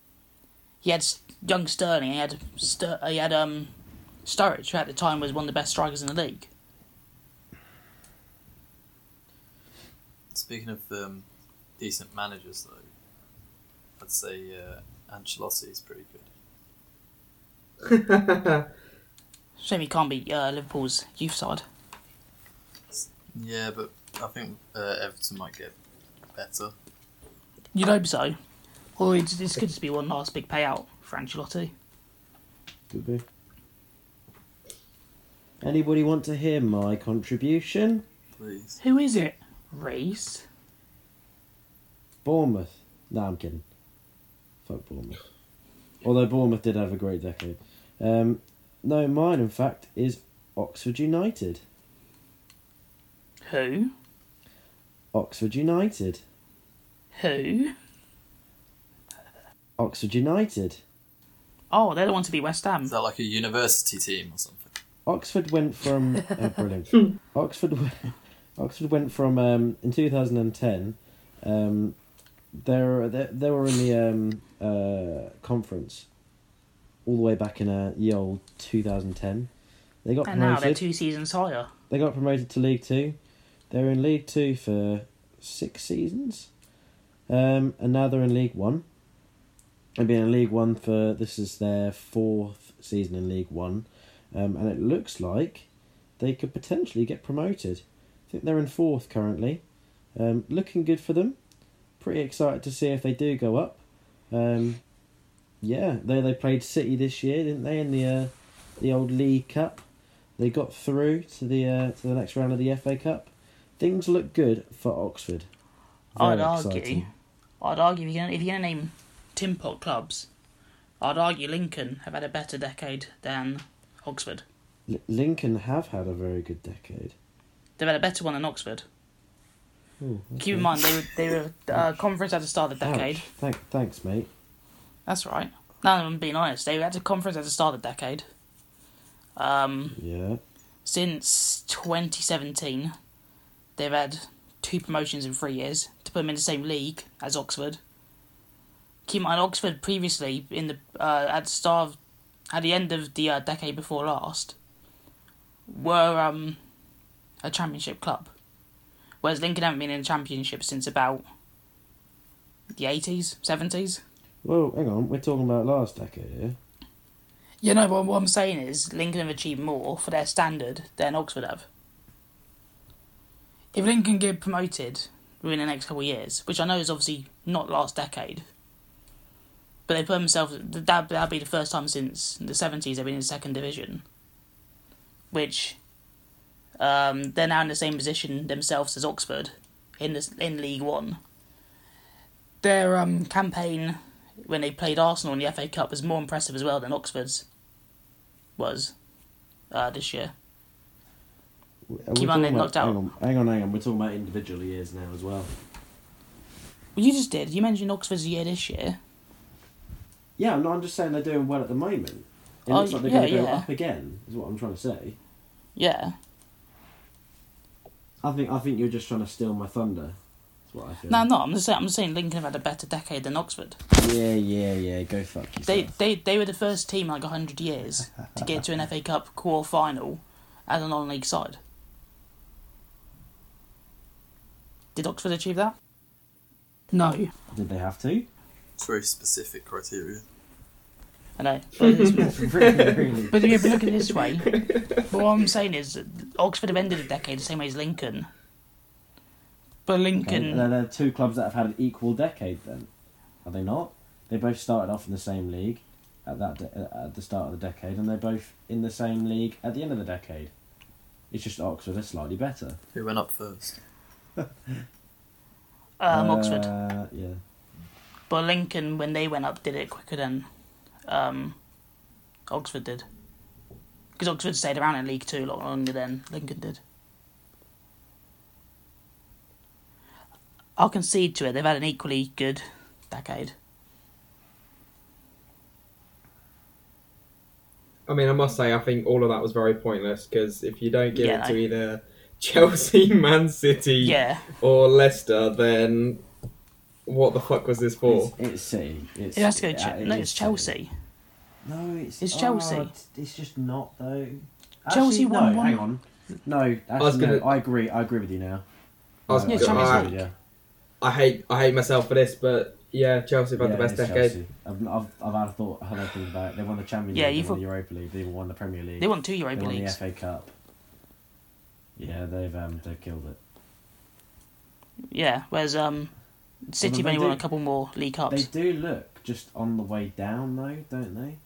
S2: he had S- young Sterling. He had Ster- he had um Sturridge, who at the time was one of the best strikers in the league.
S5: Speaking of um, decent managers, though, I'd say uh, Ancelotti is pretty good.
S2: Shame he can't be uh, Liverpool's youth side.
S5: Yeah, but I think uh, Everton might get better.
S2: You'd hope so. Or it's, it's good to be one last big payout for Ancelotti.
S3: Could be. Anybody want to hear my contribution?
S5: Please.
S2: Who is it? Reese.
S3: Bournemouth. No, I'm kidding. Fuck Bournemouth. Although Bournemouth did have a great decade. Um, no, mine, in fact, is Oxford United.
S2: Who?
S3: Oxford United.
S2: Who?
S3: Oxford United.
S2: Oh, they don't want to be West Ham.
S5: Is that like a university team or something?
S3: Oxford went
S2: <laughs>
S3: from oh, brilliant. Oxford, w- <laughs> Oxford went from um, in 2010. Um, they they they were in the um, uh, conference all the way back in a year old 2010. They got
S2: and now
S3: promoted.
S2: they're two seasons higher.
S3: They got promoted to League Two. They were in League Two for six seasons, um, and now they're in League One. They've been in League One for this is their fourth season in League One, um, and it looks like they could potentially get promoted. I think they're in fourth currently. Um, looking good for them. Pretty excited to see if they do go up. Um, yeah, they they played City this year, didn't they? In the uh, the old League Cup. They got through to the uh, to the next round of the FA Cup. Things look good for Oxford.
S2: I'd argue. I'd argue if you're gonna, if you're gonna name tin pot clubs, I'd argue Lincoln have had a better decade than Oxford.
S3: L- Lincoln have had a very good decade.
S2: They've had a better one than Oxford.
S3: Ooh,
S2: Keep in mind they were they were uh, conference at the start of the
S3: Mm. ouch.
S2: decade.
S3: Thank, thanks, mate.
S2: That's right. No, I'm being honest. They had a conference at the start of the decade. Um,
S3: Yeah,
S2: since 2017, they've had two promotions in three years to put them in the same league as Oxford. Keep in mind, Oxford previously in the uh, at the start of, at the end of the uh, decade before last were um, a championship club, whereas Lincoln haven't been in a championship since about the 80s, 70s.
S3: Well, hang on. We're talking about last decade here.
S2: Yeah, no, but what I'm saying is Lincoln have achieved more for their standard than Oxford have. If Lincoln get promoted within the next couple of years, which I know is obviously not last decade, but they put themselves that that'll be the first time since the seventies they've been in second division. Which um, they're now in the same position themselves as Oxford in this, in League One. Their um, campaign when they played Arsenal in the FA Cup was more impressive as well than Oxford's was uh, this year.
S3: We're
S2: Keep
S3: talking
S2: on, they
S3: about-
S2: knocked out.
S3: Hang on, hang on, hang on. We're talking about individual years now as well.
S2: Well, you just did. You mentioned Oxford's year this year.
S3: Yeah, no, I'm just saying they're doing well at the moment. It
S2: Oh,
S3: looks like they're
S2: yeah,
S3: going to go
S2: yeah.
S3: up again. Is what I'm trying to say.
S2: Yeah.
S3: I think I think you're just trying to steal my thunder. That's what I feel.
S2: No, I'm not. I'm just saying. I'm just saying Lincoln have had a better decade than Oxford.
S3: Yeah, yeah, yeah. Go fuck yourself.
S2: They they they were the first team in like hundred years to get to an FA Cup quarter final as a non-league side. Did Oxford achieve that? No,
S3: Did they have to?
S5: It's very specific criteria.
S2: I know. But, it's-
S3: <laughs> really, really.
S2: but if you look at it this way, but what I'm saying is that Oxford have ended a decade the same way as Lincoln. But
S3: Okay,
S2: Lincoln,
S3: They're, they're two clubs that have had an equal decade. Then, are they not? They both started off in the same league at that de- uh, at the start of the decade, and they're both in the same league at the end of the decade. It's just Oxford are slightly better.
S5: Who went up first?
S2: um, Oxford,
S3: Uh, Yeah.
S2: but Lincoln when they went up did it quicker than um, Oxford did. Because Oxford stayed around in League Two a lot longer than Lincoln did. I'll concede to it. They've had an equally good decade.
S1: I mean, I must say, I think all of that was very pointless because if you don't give
S2: Yeah,
S1: it
S2: I-
S1: to either Chelsea, <laughs> Man City,
S2: Yeah.
S1: or Leicester, then what the fuck was this for?
S3: It's, it's City. It's,
S2: It has to go.
S3: yeah,
S2: Che-
S3: it
S2: no,
S3: is
S2: it's
S3: City.
S2: Chelsea.
S3: No, it's
S2: It's
S3: oh,
S2: Chelsea.
S3: it's- it's just not though.
S2: Chelsea
S3: Actually,
S2: won
S3: no,
S2: one-
S3: Hang on. No, actually, I,
S1: was gonna-
S3: no, I agree. I agree with you now.
S1: I, was,
S2: Yeah,
S3: No,
S1: I-
S2: Champions
S1: I,
S2: League.
S3: yeah.
S1: hate I hate myself for this, but yeah, Chelsea have had the
S3: Yeah,
S1: best
S3: it's
S1: decade.
S3: Chelsea. I've, I've, I've had a thought. I've had a think about it. They won the Champions
S2: Yeah,
S3: League.
S2: you
S3: They
S2: thought-
S3: won the Europa League. They won the Premier League.
S2: They won two
S3: they
S2: Europa
S3: won
S2: Leagues.
S3: the FA Cup. Yeah, they've um, they've killed it.
S2: Yeah, whereas um, City
S3: Well,
S2: have
S3: they
S2: only won
S3: do-
S2: a couple more League
S3: They
S2: Cups.
S3: do look just on the way down though, don't they?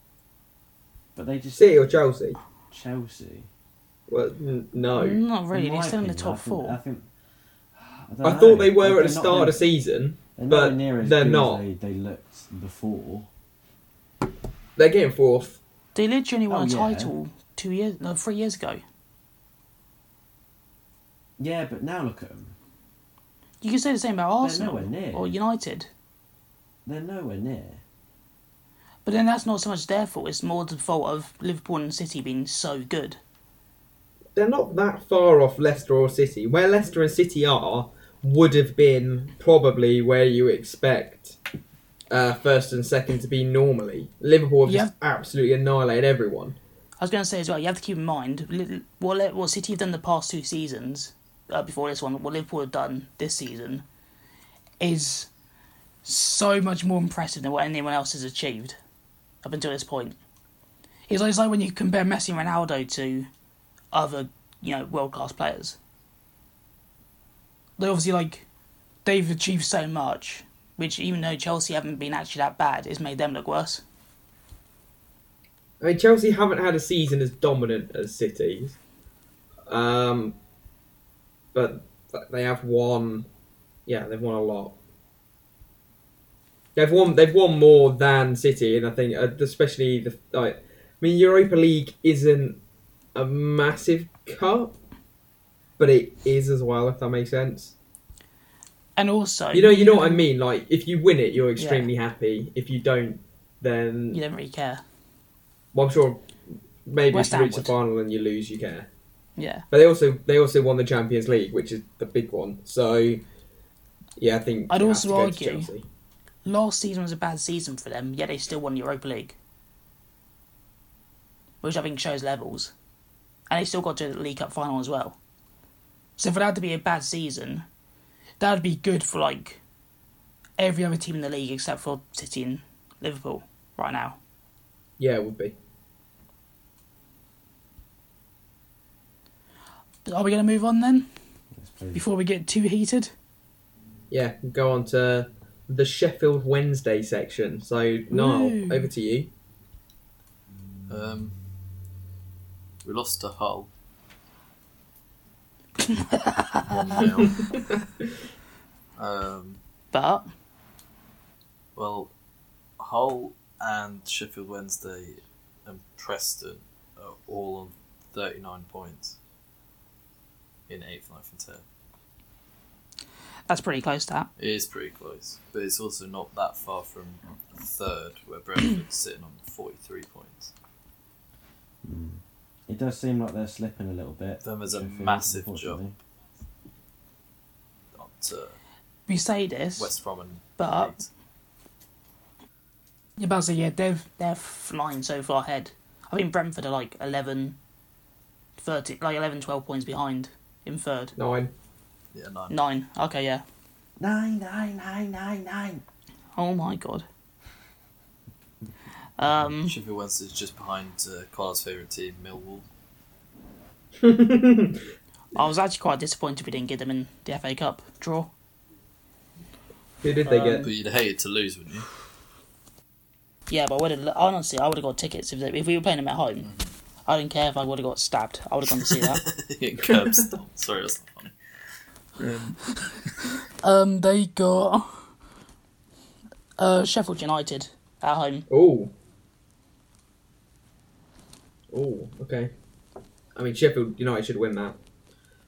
S3: But they just
S1: City or Chelsea?
S3: Chelsea.
S1: Well, n- no.
S2: Not really.
S3: my
S2: They're still in the
S3: opinion,
S2: top
S3: I think-
S2: four.
S3: I think. I, don't
S1: I thought
S3: know.
S1: they were
S3: They're
S1: at the
S3: not
S1: start of
S3: really-
S1: the season.
S3: They're
S1: but
S3: not near as
S1: they're
S3: good as
S1: not.
S3: they, they looked before.
S1: They're getting fourth.
S2: They literally won
S3: Oh,
S2: a
S3: yeah.
S2: title two years, no, three years ago.
S3: Yeah, but now look at them.
S2: You can say the same about Arsenal Oh,
S3: nowhere near.
S2: or United,
S3: They're nowhere near.
S2: but then that's not so much their fault. It's more the fault of Liverpool and City being so good.
S1: They're not that far off Leicester or City. Where Leicester and City are would have been probably where you expect uh, first and second to be normally. Liverpool have just absolutely annihilated everyone.
S2: I was going to say as well. You have to keep in mind li- what Le- what City have done the past two seasons uh, before this one. What Liverpool have done this season is so much more impressive than what anyone else has achieved up until this point. It's like, it's like when you compare Messi and Ronaldo to other you know world class players. They obviously like they've achieved so much, which even though Chelsea haven't been actually that bad, it's made them look worse.
S1: I mean, Chelsea haven't had a season as dominant as City's, um, but th- they have won. Yeah, they've won a lot. They've won. They've won more than City, and I think, uh, especially the. Like, I mean, Europa League isn't a massive cup, but it is as well. If that makes sense,
S2: And also,
S1: you know, you know what I mean. Like, if you win it, you're extremely happy. If you don't, then
S2: You don't really care.
S1: well, I'm sure maybe
S2: West
S1: if you
S2: Ham
S1: reach the
S2: would.
S1: final and you lose, you care.
S2: Yeah.
S1: But they also they also won the Champions League, which is the big one. So yeah, I think
S2: I'd
S1: it
S2: also
S1: has to go to
S2: argue-
S1: Chelsea.
S2: last season was a bad season for them, yet they still won the Europa League. Which I think shows levels. And they still got to the League Cup final as well. So for that to be a bad season, that would be good for like every other team in the league except for City and Liverpool right now.
S1: Yeah, it would be.
S2: Are we going to move on then
S3: Let's play.
S2: before we get too heated?
S1: Yeah, go on to the Sheffield Wednesday section. So Niall,
S2: Woo.
S1: over to you.
S5: Um, we lost to Hull. <laughs> One nil. um,
S2: But
S5: well, Hull and Sheffield Wednesday and Preston are all on thirty-nine points in eighth, ninth, and tenth.
S2: that's pretty close to that.
S5: It is pretty close, but it's also not that far from third, where Brentford's sitting on forty-three points.
S3: It does seem like they're slipping a little bit.
S5: Then there's a
S3: Sheffield,
S5: massive
S3: unfortunately.
S5: jump up to
S2: we say this,
S5: West Brom and
S2: but
S5: Leeds.
S2: you're about to say, yeah, they're they're flying so far ahead. I think Brentford are like 11, 13, like 11, 12 points behind in third.
S1: Nine.
S5: yeah, nine.
S2: Nine. Okay, yeah.
S4: Nine, nine, nine, nine, nine.
S2: Oh my god. Um,
S5: Sheffield Wednesday's just behind uh, Carl's favourite team, Millwall.
S2: I was actually quite disappointed we didn't get them in the FA Cup draw.
S1: Who did they
S5: But
S1: get?
S5: you'd hate to lose, wouldn't you?
S2: Yeah, but I would have honestly, I would have got tickets if they, if we were playing them at home. I don't care if I would have got stabbed. I would have gone to see
S5: <laughs>
S2: that.
S5: Curb stop. Sorry, that's not funny.
S2: <laughs> um, they got uh Sheffield United at home.
S1: Oh. Oh, okay. I mean, Sheffield United should win that.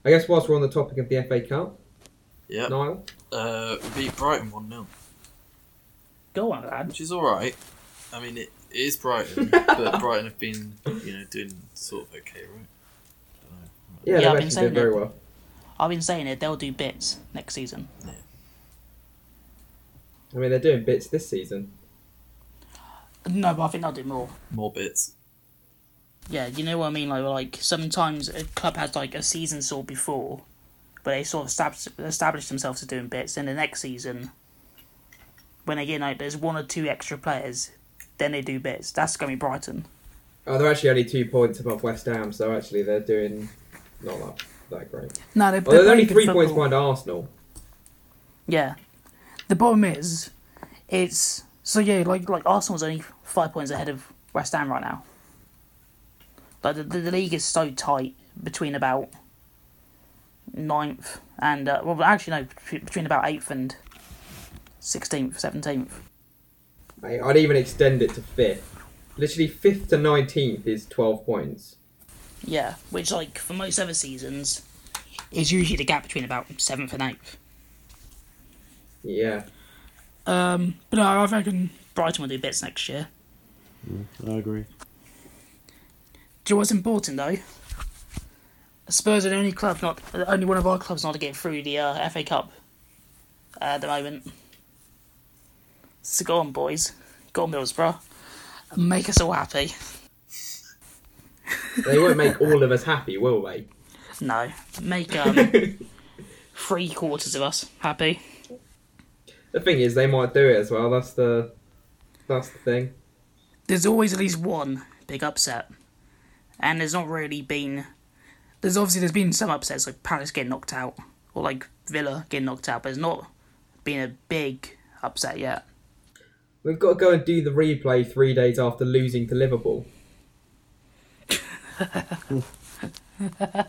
S1: I guess whilst we're on the topic of the FA Cup,
S5: Yeah.
S1: Niall.
S5: Uh, we beat Brighton 1 0,
S2: Go on, lad.
S5: which is alright. I mean, it, it is Brighton, but Brighton have been, you know, doing sort of okay, right?
S1: Yeah,
S2: Yeah, I've
S1: they've
S2: been
S1: actually
S2: saying
S1: did very
S2: it.
S1: well.
S2: I've been saying it. They'll do bits next season.
S1: I mean, they're doing bits this season.
S2: No, but I think they'll do more.
S5: More bits.
S2: Yeah, you know what I mean. Like, like sometimes a club has like a season sort before, but they sort of stab- establish themselves as doing bits. Then the next season, when again like there's one or two extra players, then they do bits. That's gonna be Brighton.
S1: Oh, they're actually only two points above West Ham, so actually they're doing not that, that great.
S2: No, they,
S1: Although they're only three points behind Arsenal.
S2: Yeah, the problem is, it's so yeah. Like like Arsenal's only five points ahead of West Ham right now. Like the, the, the league is so tight between about ninth and uh, well actually no between- between about eighth and sixteenth seventeenth.
S1: Mate, I'd even extend it to fifth. Literally, fifth to nineteenth is twelve points.
S2: Yeah, which like for most other seasons, is usually the gap between about seventh and eighth.
S1: Yeah,
S2: Um, but no, I reckon Brighton will do bits next year.
S3: Mm, I agree.
S2: Do you know what's important though? Spurs are the only club not, the only one of our clubs not to get through the uh, FA Cup uh, at the moment. So go on, boys, go on, Middlesbrough, make us all happy.
S1: they won't make all of us happy, will they? <laughs>
S2: No, make
S3: <laughs>
S2: um, three quarters of us happy.
S1: The thing is, they might do it as well. That's the that's the thing.
S2: there's always at least one big upset, and there's not really been. There's obviously there's been some upsets like Palace getting knocked out or like Villa getting knocked out, but it's not been a big upset yet.
S1: We've got to go and do the replay three days after losing to Liverpool.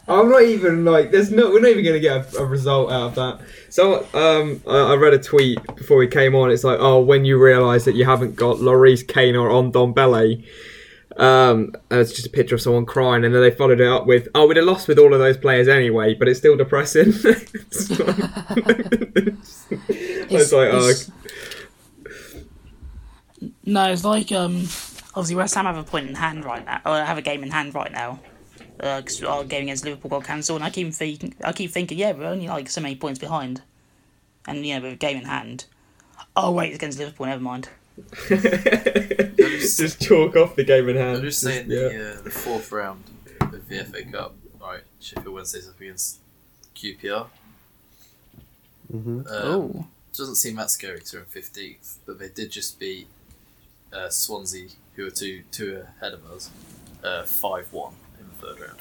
S1: I'm not even like there's no we're not even gonna get a, a result out of that. So um, I, I read a tweet before we came on. It's like oh when you realise that you haven't got Lloris, Kane, or Ondombele, um, and it's just a picture of someone crying, and then they followed it up with oh we'd have lost with all of those players anyway, but it's still depressing. <laughs> It's like- <laughs> I was like, oh,
S2: No, it's like um, obviously West Ham have a point in hand right now, or have a game in hand right now. Uh, 'cause our game against Liverpool got cancelled, and I keep thinking, I keep thinking, yeah, we're only like so many points behind, and you know, with a game in hand. Oh wait, it's against Liverpool. Never mind.
S1: <laughs> just chalk off the game in hand.
S5: I'm just saying
S1: yeah.
S5: the, uh, the fourth round of the FA Cup. Right, Sheffield Wednesday's up against QPR.
S3: Mm-hmm.
S5: Um,
S2: Oh,
S5: Doesn't seem that scary to in fifteenth, but they did just beat uh, Swansea, who are two two ahead of us, uh, five one in the third round.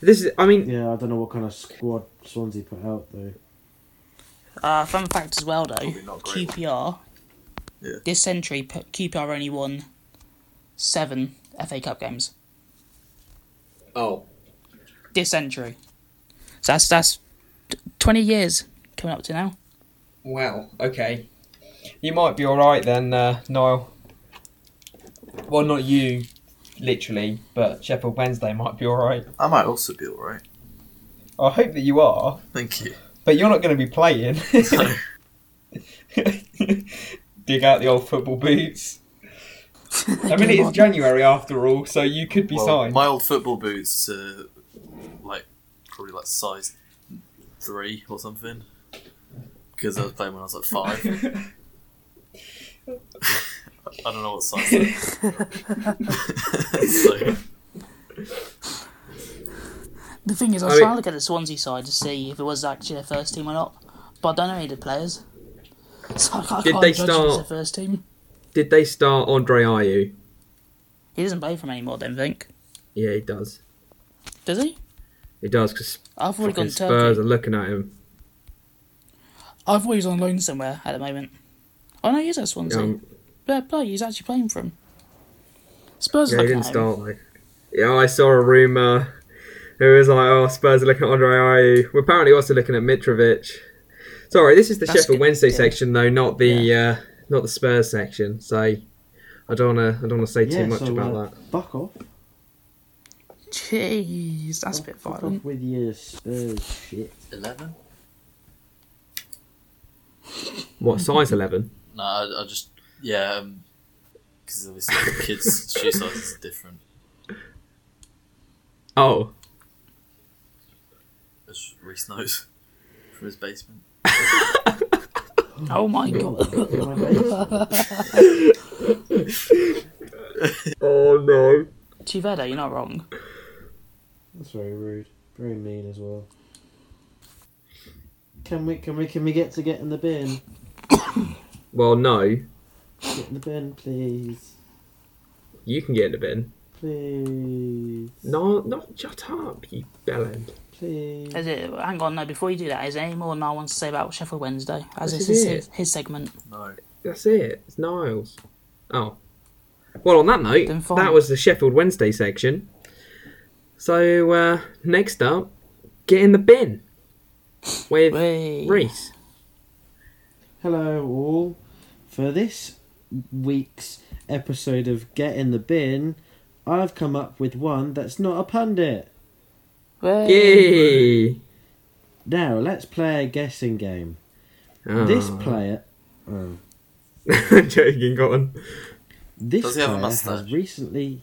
S1: This is, I mean,
S3: Yeah, I don't know what kind of squad Swansea put out though.
S2: uh, fun fact as well though.
S5: Probably not great.
S2: QPR.
S5: Yeah.
S2: This century, P- QPR only won seven FA Cup games.
S1: oh,
S2: This century. So that's that's t- twenty years coming up to now.
S1: wow, okay. You might be alright then, uh, Niall. Well, not you, literally, but Sheffield Wednesday might be alright.
S5: I might also be alright.
S1: I hope that you are,
S5: Thank you. <laughs>
S1: but you're not going to be playing. <laughs>
S5: No.
S1: Dig out the old football boots. I mean, it is January after all, so you could be
S5: Well,
S1: signed.
S5: my old football boots, uh, like probably like size three or something. because I was playing when I was like five.
S1: <laughs>
S5: I don't know what size. That is. <laughs> so,
S2: The thing is, I
S1: I
S2: was
S1: mean-
S2: trying to look at the Swansea side to see if it was actually their first team or not, but I don't know any of the players. <laughs> So I can't,
S1: Did
S2: can't
S1: they
S2: judge if it's
S1: start-
S2: their first team.
S1: Did they start Andre Ayew?
S2: He doesn't play for them anymore, I don't think.
S1: Yeah, he does.
S2: Does he?
S1: He does because
S2: I've already gone
S1: Spurs
S2: to Turkey.
S1: are looking at him.
S2: I've always on loan somewhere at the moment. Oh no, he's at Swansea.
S1: Um,
S2: Fair play, he's actually playing for him. Spurs are
S1: yeah, he
S2: looking
S1: didn't
S2: at him.
S1: start. Like, yeah, I saw a rumor. It was like, oh, Spurs are looking at Andre Ayew. We're apparently also looking at Mitrovic. Sorry, this is the
S2: That's
S1: Sheffield
S2: good,
S1: Wednesday
S2: yeah.
S1: section though, not the uh, not the Spurs section. So I don't wanna I don't wanna say
S3: yeah,
S1: too much
S3: so,
S1: about
S3: uh,
S1: that.
S3: Fuck off.
S2: Jeez, that's a bit
S3: Fuck
S2: violent.
S3: off with your Spurs shit.
S5: Eleven?
S1: What size
S2: <laughs>
S1: eleven?
S5: No, I, I just yeah, because obviously kids' shoe sizes are different.
S1: Oh, <laughs>
S5: As Reese knows from his basement.
S2: Oh my god.
S3: Fuck my face.
S2: <laughs>
S1: oh no.
S2: Chiveda, you're not wrong.
S3: That's very rude. Very mean as well. Can we can we can we get to get in the bin?
S1: Well, no.
S3: Get in the bin, please.
S1: You can get in the bin.
S3: Please.
S1: No, no, shut up, you bellend.
S3: Please.
S2: Is it, hang on, no, before you do that, is there any more Niall wants to say about Sheffield Wednesday? As
S1: This
S2: this
S1: is
S2: is his, his segment.
S5: No,
S1: That's it. It's Niles. Oh. Well, on that note,
S2: Then fine.
S1: that was the Sheffield Wednesday section. So, uh, next up, get in the bin with
S2: Wait.
S1: Reese.
S3: Hello, all. For this week's episode of Get in the Bin, I've come up with one that's not a pundit.
S2: Wait.
S1: Yay!
S3: Now, let's play a guessing game.
S1: Oh. <laughs>
S3: This player. Oh.
S1: I'm joking, go on.
S3: This
S5: Does he
S3: player
S5: have a
S3: has
S5: mustache? <laughs>
S3: recently.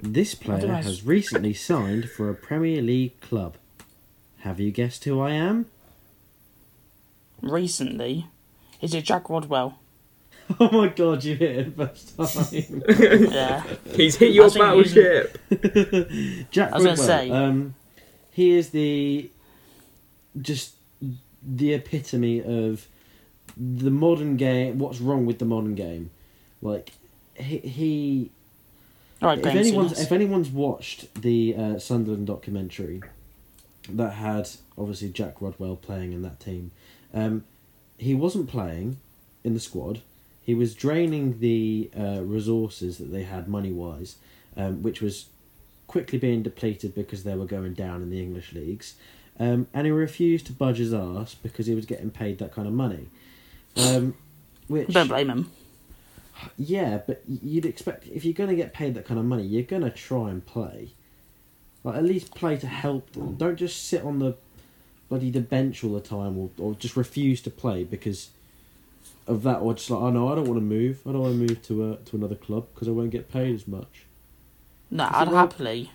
S3: this player
S2: know.
S3: has recently signed for a Premier League club. Have you guessed who I am? <laughs>
S2: Recently, is it Jack Rodwell?
S3: Oh my god, you hit it first time.
S2: Yeah.
S1: He's hit your
S2: That's what I'm
S1: battleship.
S3: <laughs> Jack
S2: I was gonna
S3: Ridwell,
S2: say.
S3: Um, he is the just the epitome of the modern game. What's wrong with the modern game? Like he, he
S2: Alright,
S3: if
S2: Ben.
S3: anyone's
S2: Souness.
S3: if anyone's watched the uh, Sunderland documentary that had obviously Jack Rodwell playing in that team, um, he wasn't playing in the squad. He was draining the uh, resources that they had money wise, um, which was quickly being depleted because they were going down in the English leagues. Um, and he refused to budge his ass because he was getting paid that kind of money. Um, which
S2: Don't blame him.
S3: yeah, but you'd expect if you're going to get paid that kind of money, you're going to try and play. Like at least play to help them. Don't just sit on the bloody the bench all the time, or, or just refuse to play because of that, or just like, oh no, I don't want to move. I don't want to move to uh, to another club because I won't get paid as much.
S2: No,
S3: Is it
S2: I'd
S3: Rod-
S2: happily.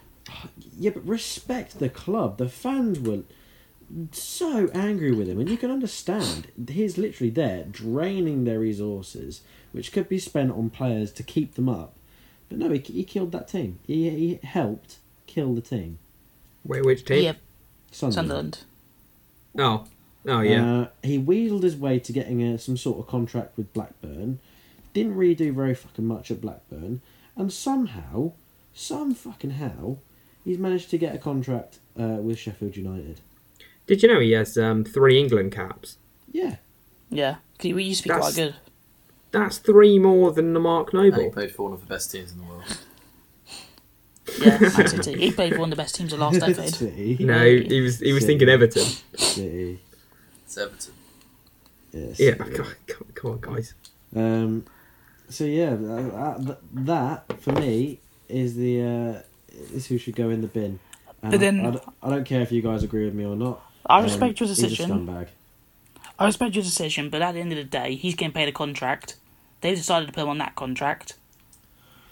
S3: Yeah, but respect the club. The fans were so angry with him, and you can understand. He's literally there draining their resources, which could be spent on players to keep them up. But no, he, he killed that team. He, he helped kill the team.
S1: Wait, which team?
S2: Yeah,
S3: Sunderland.
S2: Sunderland.
S1: Oh. Oh, yeah.
S3: Uh, he weaseled his way to getting a, some sort of contract with Blackburn. Didn't really do very fucking much at Blackburn, and somehow, some fucking how, he's managed to get a contract uh, with Sheffield United.
S1: Did you know he has um, three England caps?
S3: Yeah,
S2: Yeah. 'Cause We used to be
S1: That's-
S2: quite good.
S1: That's three more than the Mark
S5: and he
S1: Noble.
S5: played for one of the best teams in the world.
S2: Yeah, Man City. He played for one of the best teams of
S3: <laughs>
S2: last decade.
S3: City,
S1: No, he was he was thinking Everton.
S3: City,
S5: It's Everton.
S2: <laughs>
S3: yes.
S1: Yeah, <laughs> God, come come on, guys.
S3: Um, so yeah, that, that- that for me is the uh, is who should go in the bin. And
S2: But then-
S3: I, I don't- I don't care if you guys agree with me or not.
S2: I
S3: Um,
S2: respect your
S3: He's
S2: decision.
S3: a scumbag.
S2: I respect your decision, but at the end of the day, he's getting paid a contract. They've decided to put him on that contract.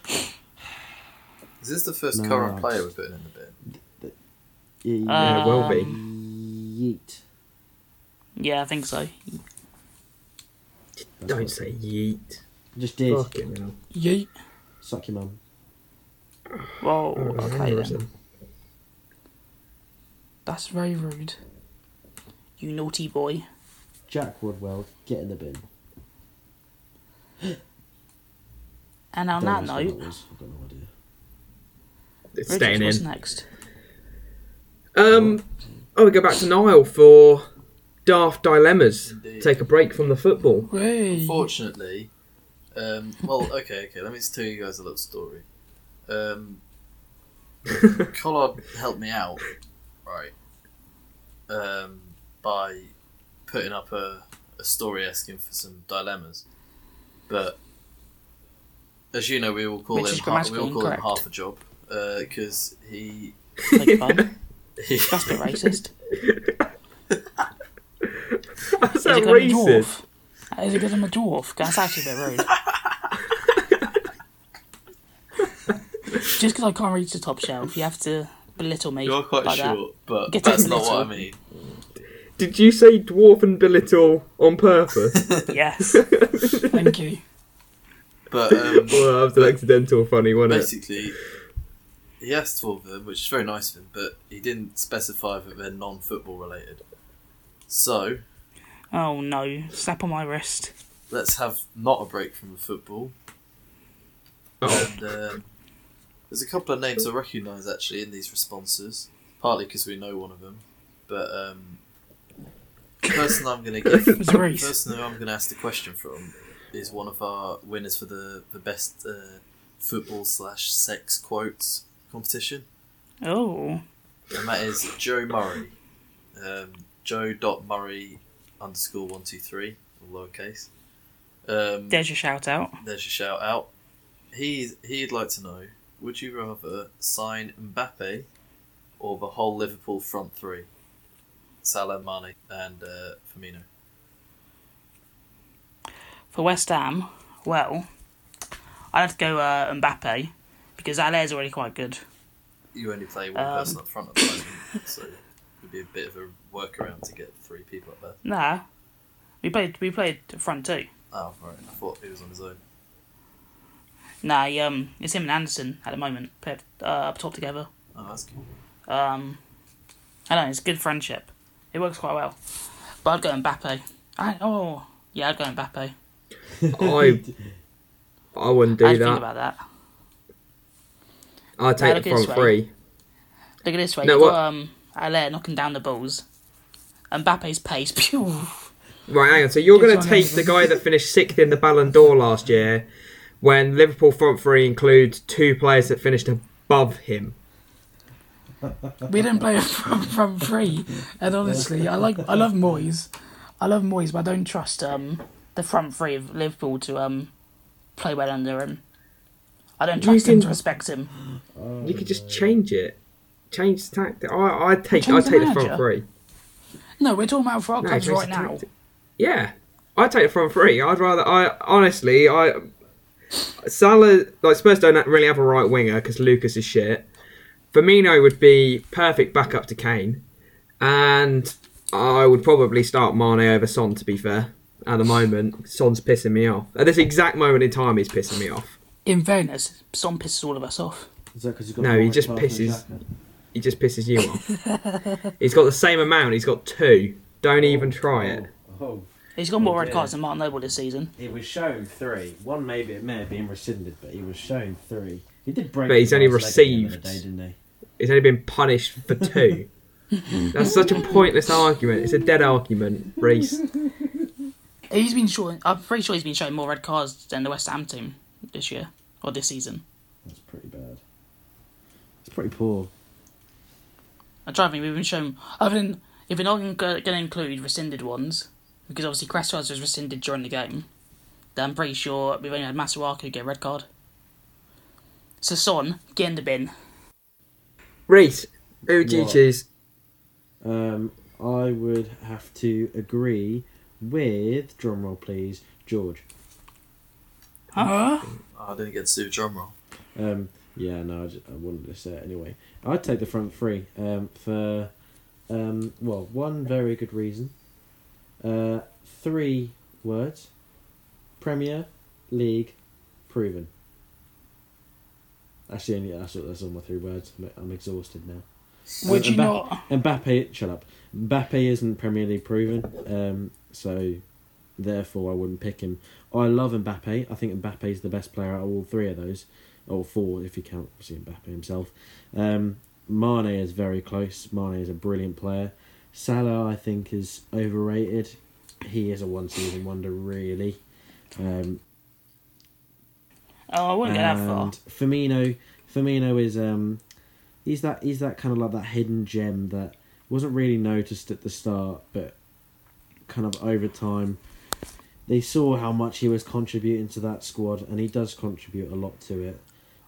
S5: Is this the first
S3: No,
S5: current
S3: no.
S5: player we're putting in the bin?
S3: Yeah, you-
S2: Uh,
S1: Yeah, it will be.
S2: Um,
S3: yeet.
S2: Yeah, I think so.
S3: That's
S1: Don't
S3: what-
S1: say yeet.
S3: Just did.
S1: Fucking hell.
S2: Yeet.
S3: Suck your mum. Oh,
S2: Whoa.
S1: Alright,
S2: Oh, Okay then.
S1: listen.
S2: That's very rude. You naughty boy.
S3: Jack Woodwell, get in the bin.
S2: And on that
S3: Don't know what
S2: note,
S3: that was. I've got no idea.
S1: It's
S2: Richard,
S1: staying
S2: what's
S1: in.
S2: next?
S1: Um, I would go back to Niall for daft dilemmas.
S5: Indeed.
S1: Take a break from the football. <laughs>
S2: Ray.
S5: Unfortunately, um, well,
S2: <laughs>
S5: okay, okay. Let me just tell you guys a little story. Um, Collard helped me out, right, um, by putting up a, a story asking for some dilemmas. But as you know, we all call
S2: Which
S5: him
S2: is
S5: half, we all
S2: grammatically
S5: call him
S2: incorrect.
S5: half a job because he, <laughs>
S1: <laughs>
S2: Beg pardon.
S5: he
S2: That's a bit racist.
S1: That's that
S2: Is it 'cause I'm a
S1: racist.
S2: dwarf? Is it because I'm a dwarf? That's actually a bit
S1: <laughs>
S2: rude. Just because I can't reach the top shelf, you have to belittle me.
S5: you're quite
S2: like that.
S5: short, but
S2: Get
S5: that's
S2: a
S5: not what I
S2: little.
S5: mean.
S1: Did you say dwarf and belittle on
S2: <laughs>
S1: purpose? <laughs>
S2: Yes. Thank you.
S5: But um,
S1: well, that was an accidental funny, wasn't it?
S5: basically he asked for them, which is very nice of him, but he didn't specify that they're non-football related. So
S2: Oh no. Snap on my wrist.
S5: let's have not a break from the football.
S1: Oh,
S5: And um, there's a couple of names I recognise actually in these responses, partly because we know one of them. But um, the person I'm going to give,
S2: It's
S5: the
S2: Reece.
S5: person who I'm going to ask the question from, is one of our winners for the the best uh, football slash sex quotes competition.
S2: Oh.
S5: and that is Joe Murray. Um, Joe dot Murray underscore one two three, all lowercase. Um,
S2: There's your shout out.
S5: there's your shout out. He's he'd like to know: Would you rather sign Mbappe or the whole Liverpool front three, Salah, Mane, and uh, Firmino?
S2: For West Ham, well, I'd have to go uh, Mbappe because Alair's already quite good.
S5: You only play one
S2: Um.
S5: person up front at the moment, so it'd be a bit of a workaround to get three people up there.
S2: Nah. We played we played front two.
S5: Oh right, I thought he was on his own.
S2: Nah, he, um, it's him and Anderson at the moment, play up, uh, up top together.
S5: Oh, that's cool.
S2: Um, I don't know, it's a good friendship. It works quite well. But I'd go Mbappe. I, oh, yeah, I'd go Mbappe.
S1: Oh, I, I wouldn't do
S2: I had to think
S1: that.
S2: about that.
S1: I'd
S2: Now
S1: take
S2: look
S1: the
S2: this
S1: front
S2: way.
S1: three.
S2: Look at this way.
S1: No,
S2: You've
S1: what-
S2: got um, Allaire knocking down the balls. Mbappe's pace. <laughs> Pew!
S1: Right, hang on. So you're
S2: Just
S1: going
S2: one
S1: to take
S2: over.
S1: the guy that finished sixth in the Ballon d'Or last year, when Liverpool front three includes two players that finished above him.
S2: We didn't play <laughs> from, from free, and honestly, I like I love Moyes, I love Moyes, but I don't trust um the front three of Liverpool to um play well under him. I don't trust him
S1: can-
S2: to respect him.
S1: You could just change it, change the tactic. I, I'd take,
S2: Uh, Change
S1: I'd
S2: the
S1: take the front
S2: manager?
S1: three.
S2: No, we're talking about for our
S1: No,
S2: clubs
S1: change
S2: right
S1: the
S2: now.
S1: tactic. Yeah, I take it from three. I'd rather. I honestly, I Salah like Spurs don't really have a right winger because Lucas is shit. Firmino would be perfect backup to Kane, and I would probably start Mane over Son. To be fair, at the moment, Son's pissing me off. At this exact moment in time, he's pissing me off.
S2: In fairness, Son pisses all of us off.
S3: <laughs> Is that 'cause you've got
S1: No,
S3: more
S1: he
S3: right
S1: just
S3: back than
S1: pisses.
S3: Xhaka?
S1: He just pisses you off.
S2: <laughs>
S1: he's got the same amount. He's got two. Don't even try it.
S3: Oh, oh.
S2: He's got more red
S3: dear.
S2: cards than Martin Noble this season.
S3: He was shown three. One maybe it may have been rescinded, but he was shown three. He did break.
S1: But he's
S3: his
S1: only
S3: last leg at the end
S1: received-
S3: of the day, didn't he?
S1: He's only been punished for two.
S2: <laughs>
S1: That's such a pointless argument. It's a dead argument, Reese.
S2: He's been showing. I'm pretty sure he's been showing more red cards than the West Ham team this year or this season.
S3: That's pretty bad. It's pretty poor.
S2: I'm trying to think. We've been shown. Other than if we're not going to include rescinded ones, because obviously Cresswells was rescinded during the game, then I'm pretty sure we've only had Masuaku get a red card. So Son, get in the bin.
S1: Reese, who do you
S3: What?
S1: choose?
S3: Um, I would have to agree with drumroll, please, George.
S2: Huh?
S5: Oh, I didn't get to see the drum roll.
S3: Um, yeah, no, I, just, I wouldn't just say it anyway. I'd take the front three um, for Um, well, one very good reason. Uh, three words. Premier League proven. That's the only. That's, that's all my three words. I'm, I'm exhausted now.
S2: Would
S3: Uh,
S2: you
S3: Mbappe-
S2: not?
S3: Mbappe, shut up. Mbappe isn't Premier League proven, um, so therefore I wouldn't pick him. I love Mbappe. I think Mbappe is the best player out of all three of those, or four if you count obviously Mbappe himself. Um, Mane is very close. Mane is a brilliant player. Salah, I think, is overrated. He is a one-season wonder, really. Um,
S2: Oh, I wouldn't go that far.
S3: Firmino, Firmino is um, he's that he's that kind of like that hidden gem that wasn't really noticed at the start, but kind of over time, they saw how much he was contributing to that squad, and he does contribute a lot to it.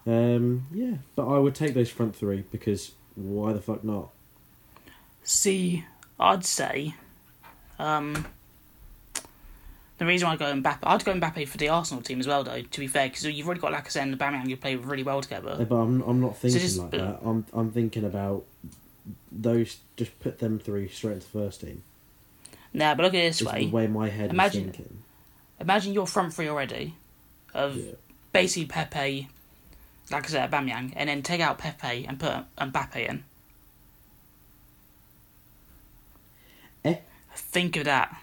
S3: Um, yeah, but I would take those front three because why the fuck not?
S2: See, I'd say, um, the reason why I go Mbappe, I'd go Mbappe for the Arsenal team as well, though. To be fair, because you've already got Lacazette and Aubameyang who play really well
S3: Uh,
S2: together.
S3: But I'm I'm not thinking
S2: just-
S3: like that. I'm I'm thinking about those. Just put them three straight into first team.
S2: Nah, but look at it this
S3: Is the
S2: way.
S3: way my head
S2: Imagine-
S3: is thinking.
S2: Imagine your front three already, of
S3: Yeah.
S2: basically Pepe, Lacazette, Aubameyang, and then take out Pepe and put Mbappe in.
S3: Eh?
S2: Think of that.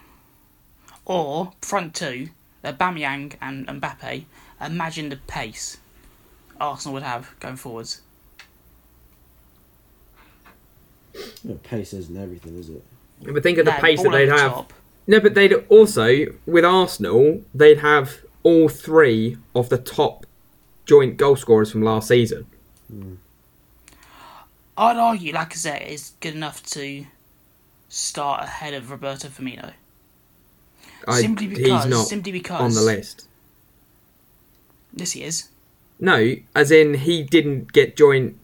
S2: Or front two, Aubameyang and Mbappe. Imagine the pace Arsenal would have going forwards.
S3: Yeah, pace isn't everything, is it?
S1: But think of the
S2: Nah,
S1: pace that
S2: ball
S1: they'd
S2: over the
S1: have.
S2: top.
S1: No, but they'd also with Arsenal, they'd have all three of the top joint goal scorers from last season.
S2: I'd argue Lacazette is good enough to start ahead of Roberto Firmino.
S1: I,
S2: simply because,
S1: he's not
S2: simply because
S1: on the list.
S2: Yes, he is.
S1: No, as in he didn't get joint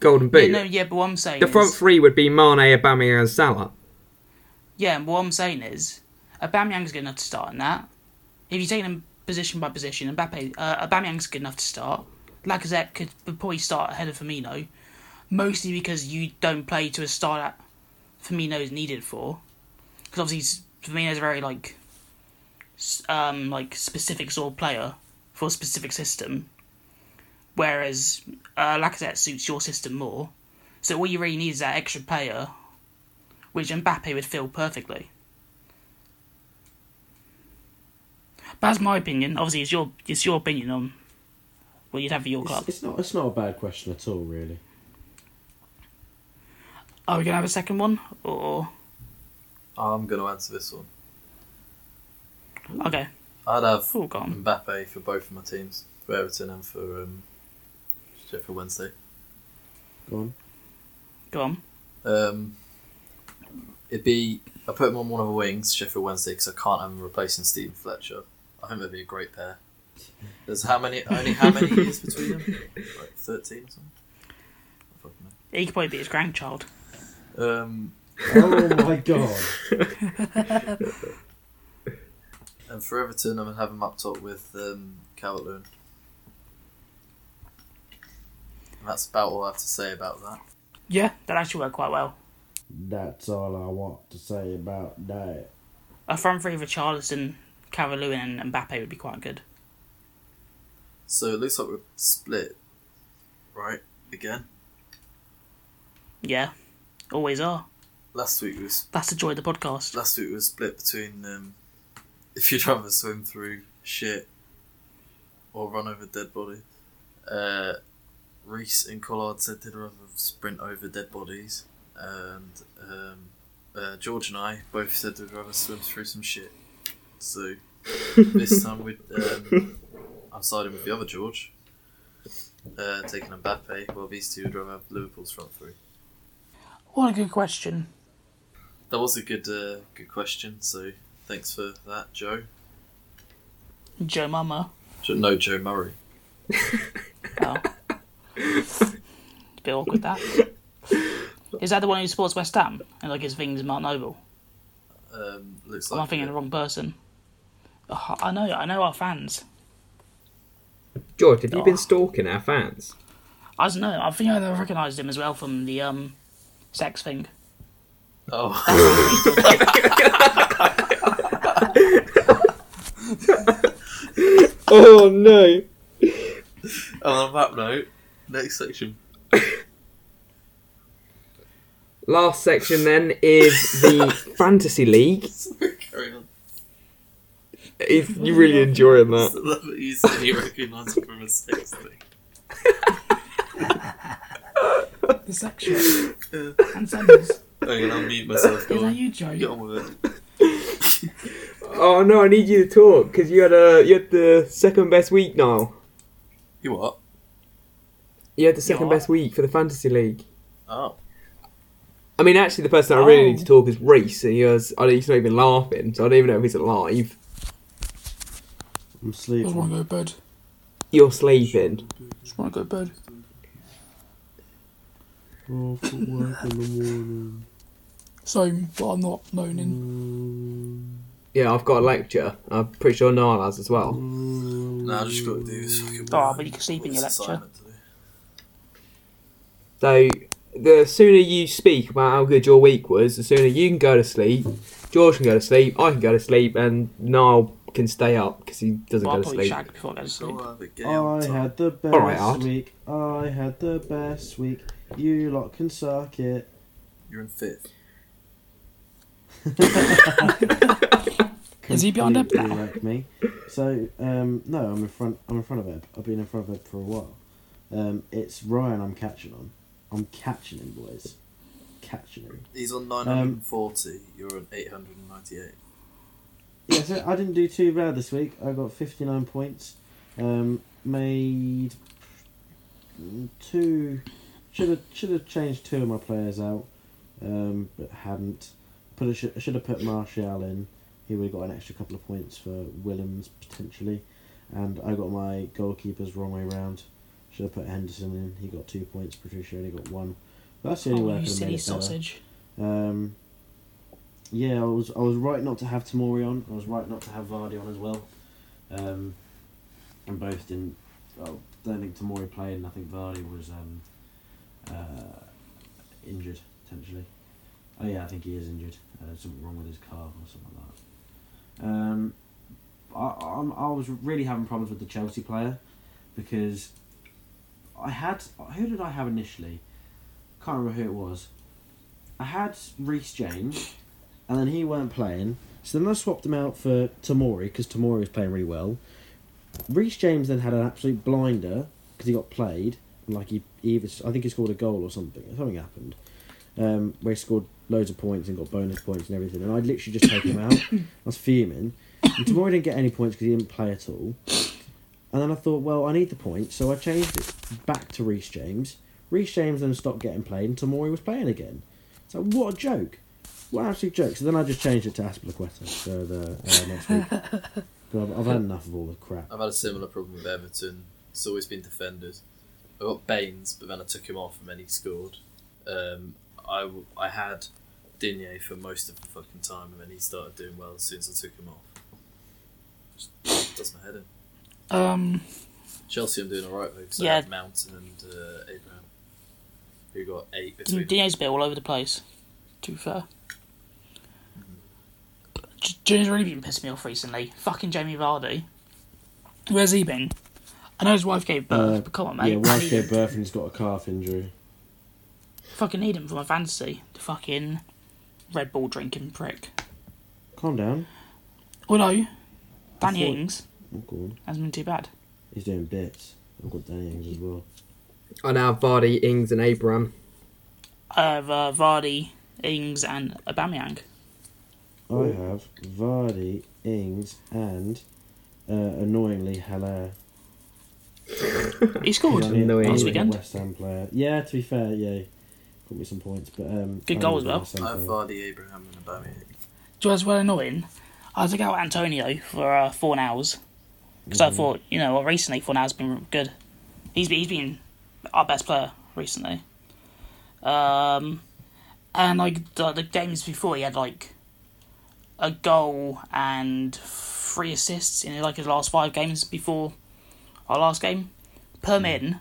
S1: golden boot.
S2: yeah, no, yeah, but what I'm saying
S1: the front
S2: is,
S1: three would be Mane, Aubameyang, and Salah.
S2: Yeah, and what I'm saying is, Aubameyang's good enough to start in that. If you take him position by position, Mbappe, uh, Aubameyang's good enough to start. Lacazette could probably start ahead of Firmino, mostly because you don't play to a style that Firmino is needed for. Because obviously s- Firmino's a very like, s- um, like specific sort of player for a specific system, whereas uh, Lacazette suits your system more. So all you really need is that extra player which Mbappe would fill perfectly. That's my opinion. Obviously, it's your it's your opinion on what you'd have for your club.
S3: It's, it's not. It's not a bad question at all, really.
S2: Are we gonna have a second one or
S5: I'm going to answer this one.
S2: okay?
S5: I'd have
S2: All gone.
S5: Mbappe for both of my teams, for Everton and for um, Sheffield Wednesday.
S3: Go on.
S2: Go on.
S5: Um, it'd be I put him on one of the wings, Sheffield Wednesday, because I can't have him replacing Stephen Fletcher. I think that'd be a great pair. There's how many? Only how many years between them? Like thirteen or something. I fucking
S2: He could probably be his grandchild.
S5: know. Um,
S3: Oh my god.
S5: and for Everton, I'm gonna have him up top with um, Calvert Lewin. That's about all I have to say about that.
S2: Yeah, that actually worked quite well.
S3: That's all I want to say about that.
S2: A front three of Richarlison, Calvert-Lewin, and Mbappe would be quite good.
S5: So it looks like we're split, right? Again,
S2: Yeah, always are.
S5: last week we was
S2: That's the joy of the podcast.
S5: last week was split between um, if you'd rather swim through shit or run over dead body. Uh, Reese and Collard said they'd rather sprint over dead bodies, and um, uh, George and I both said we'd rather swim through some shit. So this time we um, I'm siding with the other George, uh, taking Mbappe, while these two would rather have Liverpool's front three.
S2: What a good question.
S5: That was a good uh, good question. So thanks for that, Joe.
S2: Joe Mama.
S5: Jo- No, Joe Murray.
S2: Oh. bit awkward that. Is that the one who supports West Ham and like his thing's Mark Noble?
S5: Um, looks
S2: Am I
S5: like
S2: Oh, thinking the wrong person? Oh, I know, I know our fans.
S1: George, have you
S2: Oh.
S1: been stalking our fans?
S2: I don't know. I think I recognised him as well from the um, sex thing.
S3: <laughs>
S5: Oh, <laughs>
S1: oh no.
S5: Oh, on that note, next section. <laughs>
S1: Last section then is
S2: <laughs>
S1: the fantasy league.
S5: Carry on.
S1: If you
S2: Oh
S1: really enjoying
S5: I
S1: that.
S5: <laughs> love that you said you recognise it from a sex thing.
S3: <laughs>
S2: The section. and sentence.
S5: Hang on, Oh, I'll mute myself.
S2: Is
S5: Go
S2: that
S5: on.
S2: you,
S5: Get
S2: Joe?
S5: on with it.
S1: Oh no, I need you to talk because you had a you had the second best week now.
S5: You what?
S1: You had the second
S2: Yeah.
S1: best week for the fantasy league.
S5: Oh.
S1: I mean, actually, the person that I really need
S2: Oh.
S1: to talk is Reese, and he was, I, he's not even laughing, so I don't even know if he's alive.
S2: I
S3: I'm
S2: just want
S3: sleeping.
S2: to go to bed.
S1: You're sleeping.
S2: just want to go to bed.
S3: Oh, for work in the morning.
S2: Same, but I'm not moaning.
S1: Yeah, I've got a lecture. I'm pretty sure Niall has as
S2: Mm.
S1: well.
S5: Nah, I just got to do this fucking
S2: Oh,
S5: work.
S2: but you can sleep in your
S5: What's the
S2: lecture.
S5: assignment to do?
S1: So, the sooner you speak about how good your week was, the sooner you can go to sleep, George can go to sleep, I can go to sleep, and Niall can stay up because he doesn't
S2: Well, I'll
S1: go to
S2: probably
S1: sleep.
S2: shag before I go to sleep.
S5: Go have a game.
S3: I
S5: Tom.
S3: had the best
S1: Alright, Art.
S3: week. I had the best week. You lot can suck it.
S5: You're in fifth.
S2: <laughs> Is he behind Eb
S3: Completely
S2: now?
S3: wrecked me. So um, no, I'm in front. I'm in front of Eb. I've been in front of Eb for a while. Um, it's Ryan. I'm catching on. I'm catching him, boys. Catching him.
S5: He's on
S3: Um,
S5: 940. you're on 898.
S3: Yeah, so I didn't do too bad this week. I got 59 points. Um, made two. Should have should have changed two of my players out, um, but haven't. Put should, should have put Martial in. He would have got an extra couple of points for Willems potentially, and I got my goalkeepers wrong way round. Should have put Henderson in. He got two points. Patricia only got one. But that's the only way I
S2: Oh, you
S3: could have made
S2: silly
S3: it better.
S2: sausage.
S3: Um, yeah, I was I was right not to have Tamori on. I was right not to have Vardy on as well. Um, and both didn't. Well, don't think Tamori played, and I think Vardy was um, uh, injured potentially. Oh yeah, I think he is injured. Uh, something wrong with his calf or something like that. Um, I I'm, I was really having problems with the Chelsea player because I had who did I have initially? Can't remember who it was. I had Reece James, and then he weren't playing. So then I swapped him out for Tamori because Tamori was playing really well. Reece James then had an absolute blinder because he got played. And like he, he either, I think he scored a goal or something. Something happened um, where he scored loads of points and got bonus points and everything. And I'd literally just take him out. <coughs> I was fuming. And Tamori didn't get any points because he didn't play at all. And then I thought, well, I need the points, so I changed it back to Reece James. Reece James then stopped getting played, and Tamori was playing again. So what a joke! What an absolute joke! So then I just changed it to Aspilaqueta for the uh, next week.
S2: <laughs>
S3: 'Cause I've, I've had enough of all the crap.
S5: I've had a similar problem with Everton. It's always been defenders. I got Baines, but then I took him off and then he scored. Um, I, w- I had Digne for most of the fucking time and then he started doing well as soon as I took him off. Just does my head in.
S2: Um,
S5: Chelsea, I'm doing alright though because I
S2: Yeah.
S5: had Mount and uh, Abraham, who got eight this week.
S2: Dinier's a bit all over the place, to be fair. J- Dinier's really been pissing me off recently. Fucking Jamie Vardy. Where's he been? I know his wife gave birth,
S3: Uh,
S2: but come on, mate.
S3: Yeah,
S2: <laughs> I
S3: wife
S2: need
S3: gave
S2: him.
S3: birth and he's got a calf injury.
S2: <laughs> Fucking need him for my fantasy. The fucking Red Bull drinking prick.
S3: Calm down.
S2: Oh no,
S3: thought-
S2: Danny Ings
S3: Oh God,
S2: hasn't been too bad.
S3: he's doing bits. I've got Danny Ings as well.
S1: I now have Vardy, Ings, and Abraham.
S2: I have uh, Vardy, Ings, and Aubameyang.
S3: I have Vardy, Ings, and uh, annoyingly Haller.
S2: He scored.
S1: Yeah. annoying.
S2: Last weekend.
S3: West Ham player. Yeah, to be fair, yeah, got me some points, but um,
S2: Good goal as well.
S5: I have Vardy, Abraham, and Aubameyang.
S2: Do you know what's well annoying? I took out Antonio for uh, four nows because I thought, you know, well, recently four nows been good. He's been, he's been our best player recently. Um, and like the, the games before, he had like a goal and three assists in like his last five games before our last game. Per min,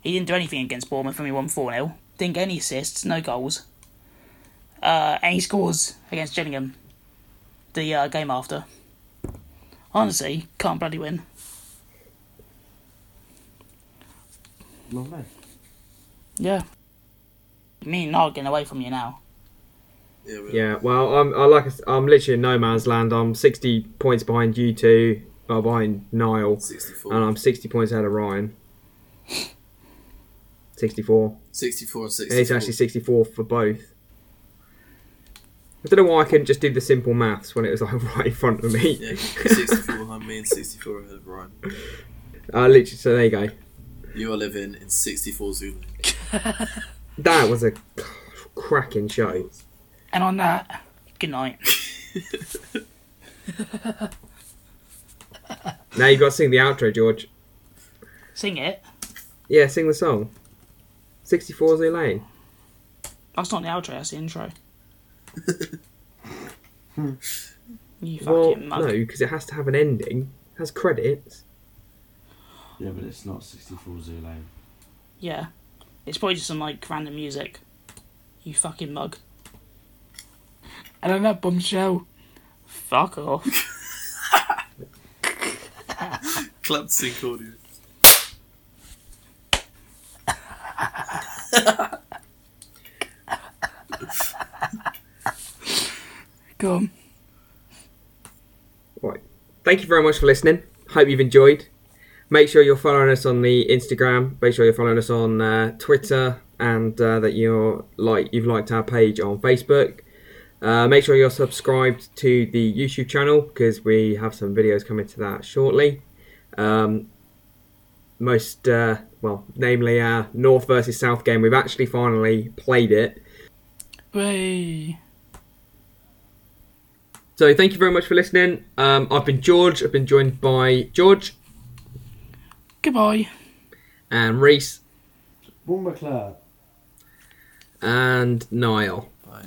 S2: he didn't do anything against Bournemouth when we won 4 0. Didn't get any assists, no goals. Uh, and he scores against Gillingham the uh, game after. Honestly, can't bloody win.
S3: Lovely.
S2: Yeah. Me and Nog getting away from you now.
S5: Yeah, we
S1: Yeah, well, I'm I like I s- I'm literally in no man's land. I'm 60 points behind you two, uh, behind Niall,
S5: 64.
S1: and I'm 60 points ahead of Ryan. 64.
S5: 64 and 64.
S1: It's actually 64 for both. I don't know why I couldn't just do the simple maths when it was like <laughs> right in front of me.
S5: Yeah,
S1: <laughs>
S5: 64 behind me and 64 ahead of Ryan.
S1: uh, literally, so there you go.
S5: You are living in 64 Zulu.
S1: That was a cracking show.
S2: And on that, good night.
S1: Now you got to sing the outro, George.
S2: Sing it.
S1: Yeah, sing the song. 64 Zoo Lane.
S2: That's not the outro, that's the <laughs> intro. you fucking
S1: Well,
S2: mug.
S1: no, because it has to have an ending. It has credits.
S3: Yeah, but it's not 64 Zoo Lane.
S2: Yeah. It's probably just some like random music. You fucking mug. And on that bombshell. Fuck off.
S5: Clapped sync audio.
S2: Go on.
S1: Right. Thank you very much for listening. Hope you've enjoyed. Make sure you're following us on the Instagram. Make sure you're following us on uh, Twitter, and uh, that you're like you've liked our page on Facebook. Uh, make sure you're subscribed to the YouTube channel because we have some videos coming to that shortly. Um, most uh, well, namely our North versus South game. We've actually finally played it.
S2: Way.
S1: So thank you very much for listening. Um, I've been George. I've been joined by George
S2: Goodbye.
S1: and Reese
S3: Boom McLeod.
S2: Um,
S1: and Niall.
S5: Right,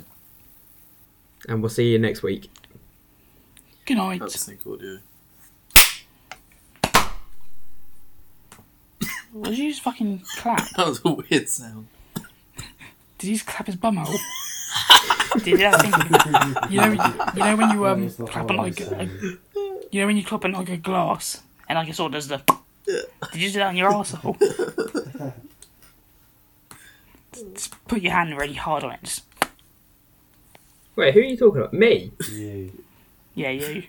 S1: And we'll see you next week.
S2: Good night.
S5: clapped sync audio.
S2: <laughs>
S5: <laughs>
S2: Did you just fucking clap?
S5: That was a weird sound.
S2: Did he just clap his bum out? <laughs> Did he? I think- you know, you know when you um
S3: It's not
S2: clap on
S3: what I'm
S2: like a, <laughs>
S3: saying.
S2: you know when you clap on like a glass and like it sort of does the. Did you do that on your arsehole? just put your hand really hard on it. Just,
S1: Wait, who are you talking about? Me?
S3: You.
S2: yeah, you.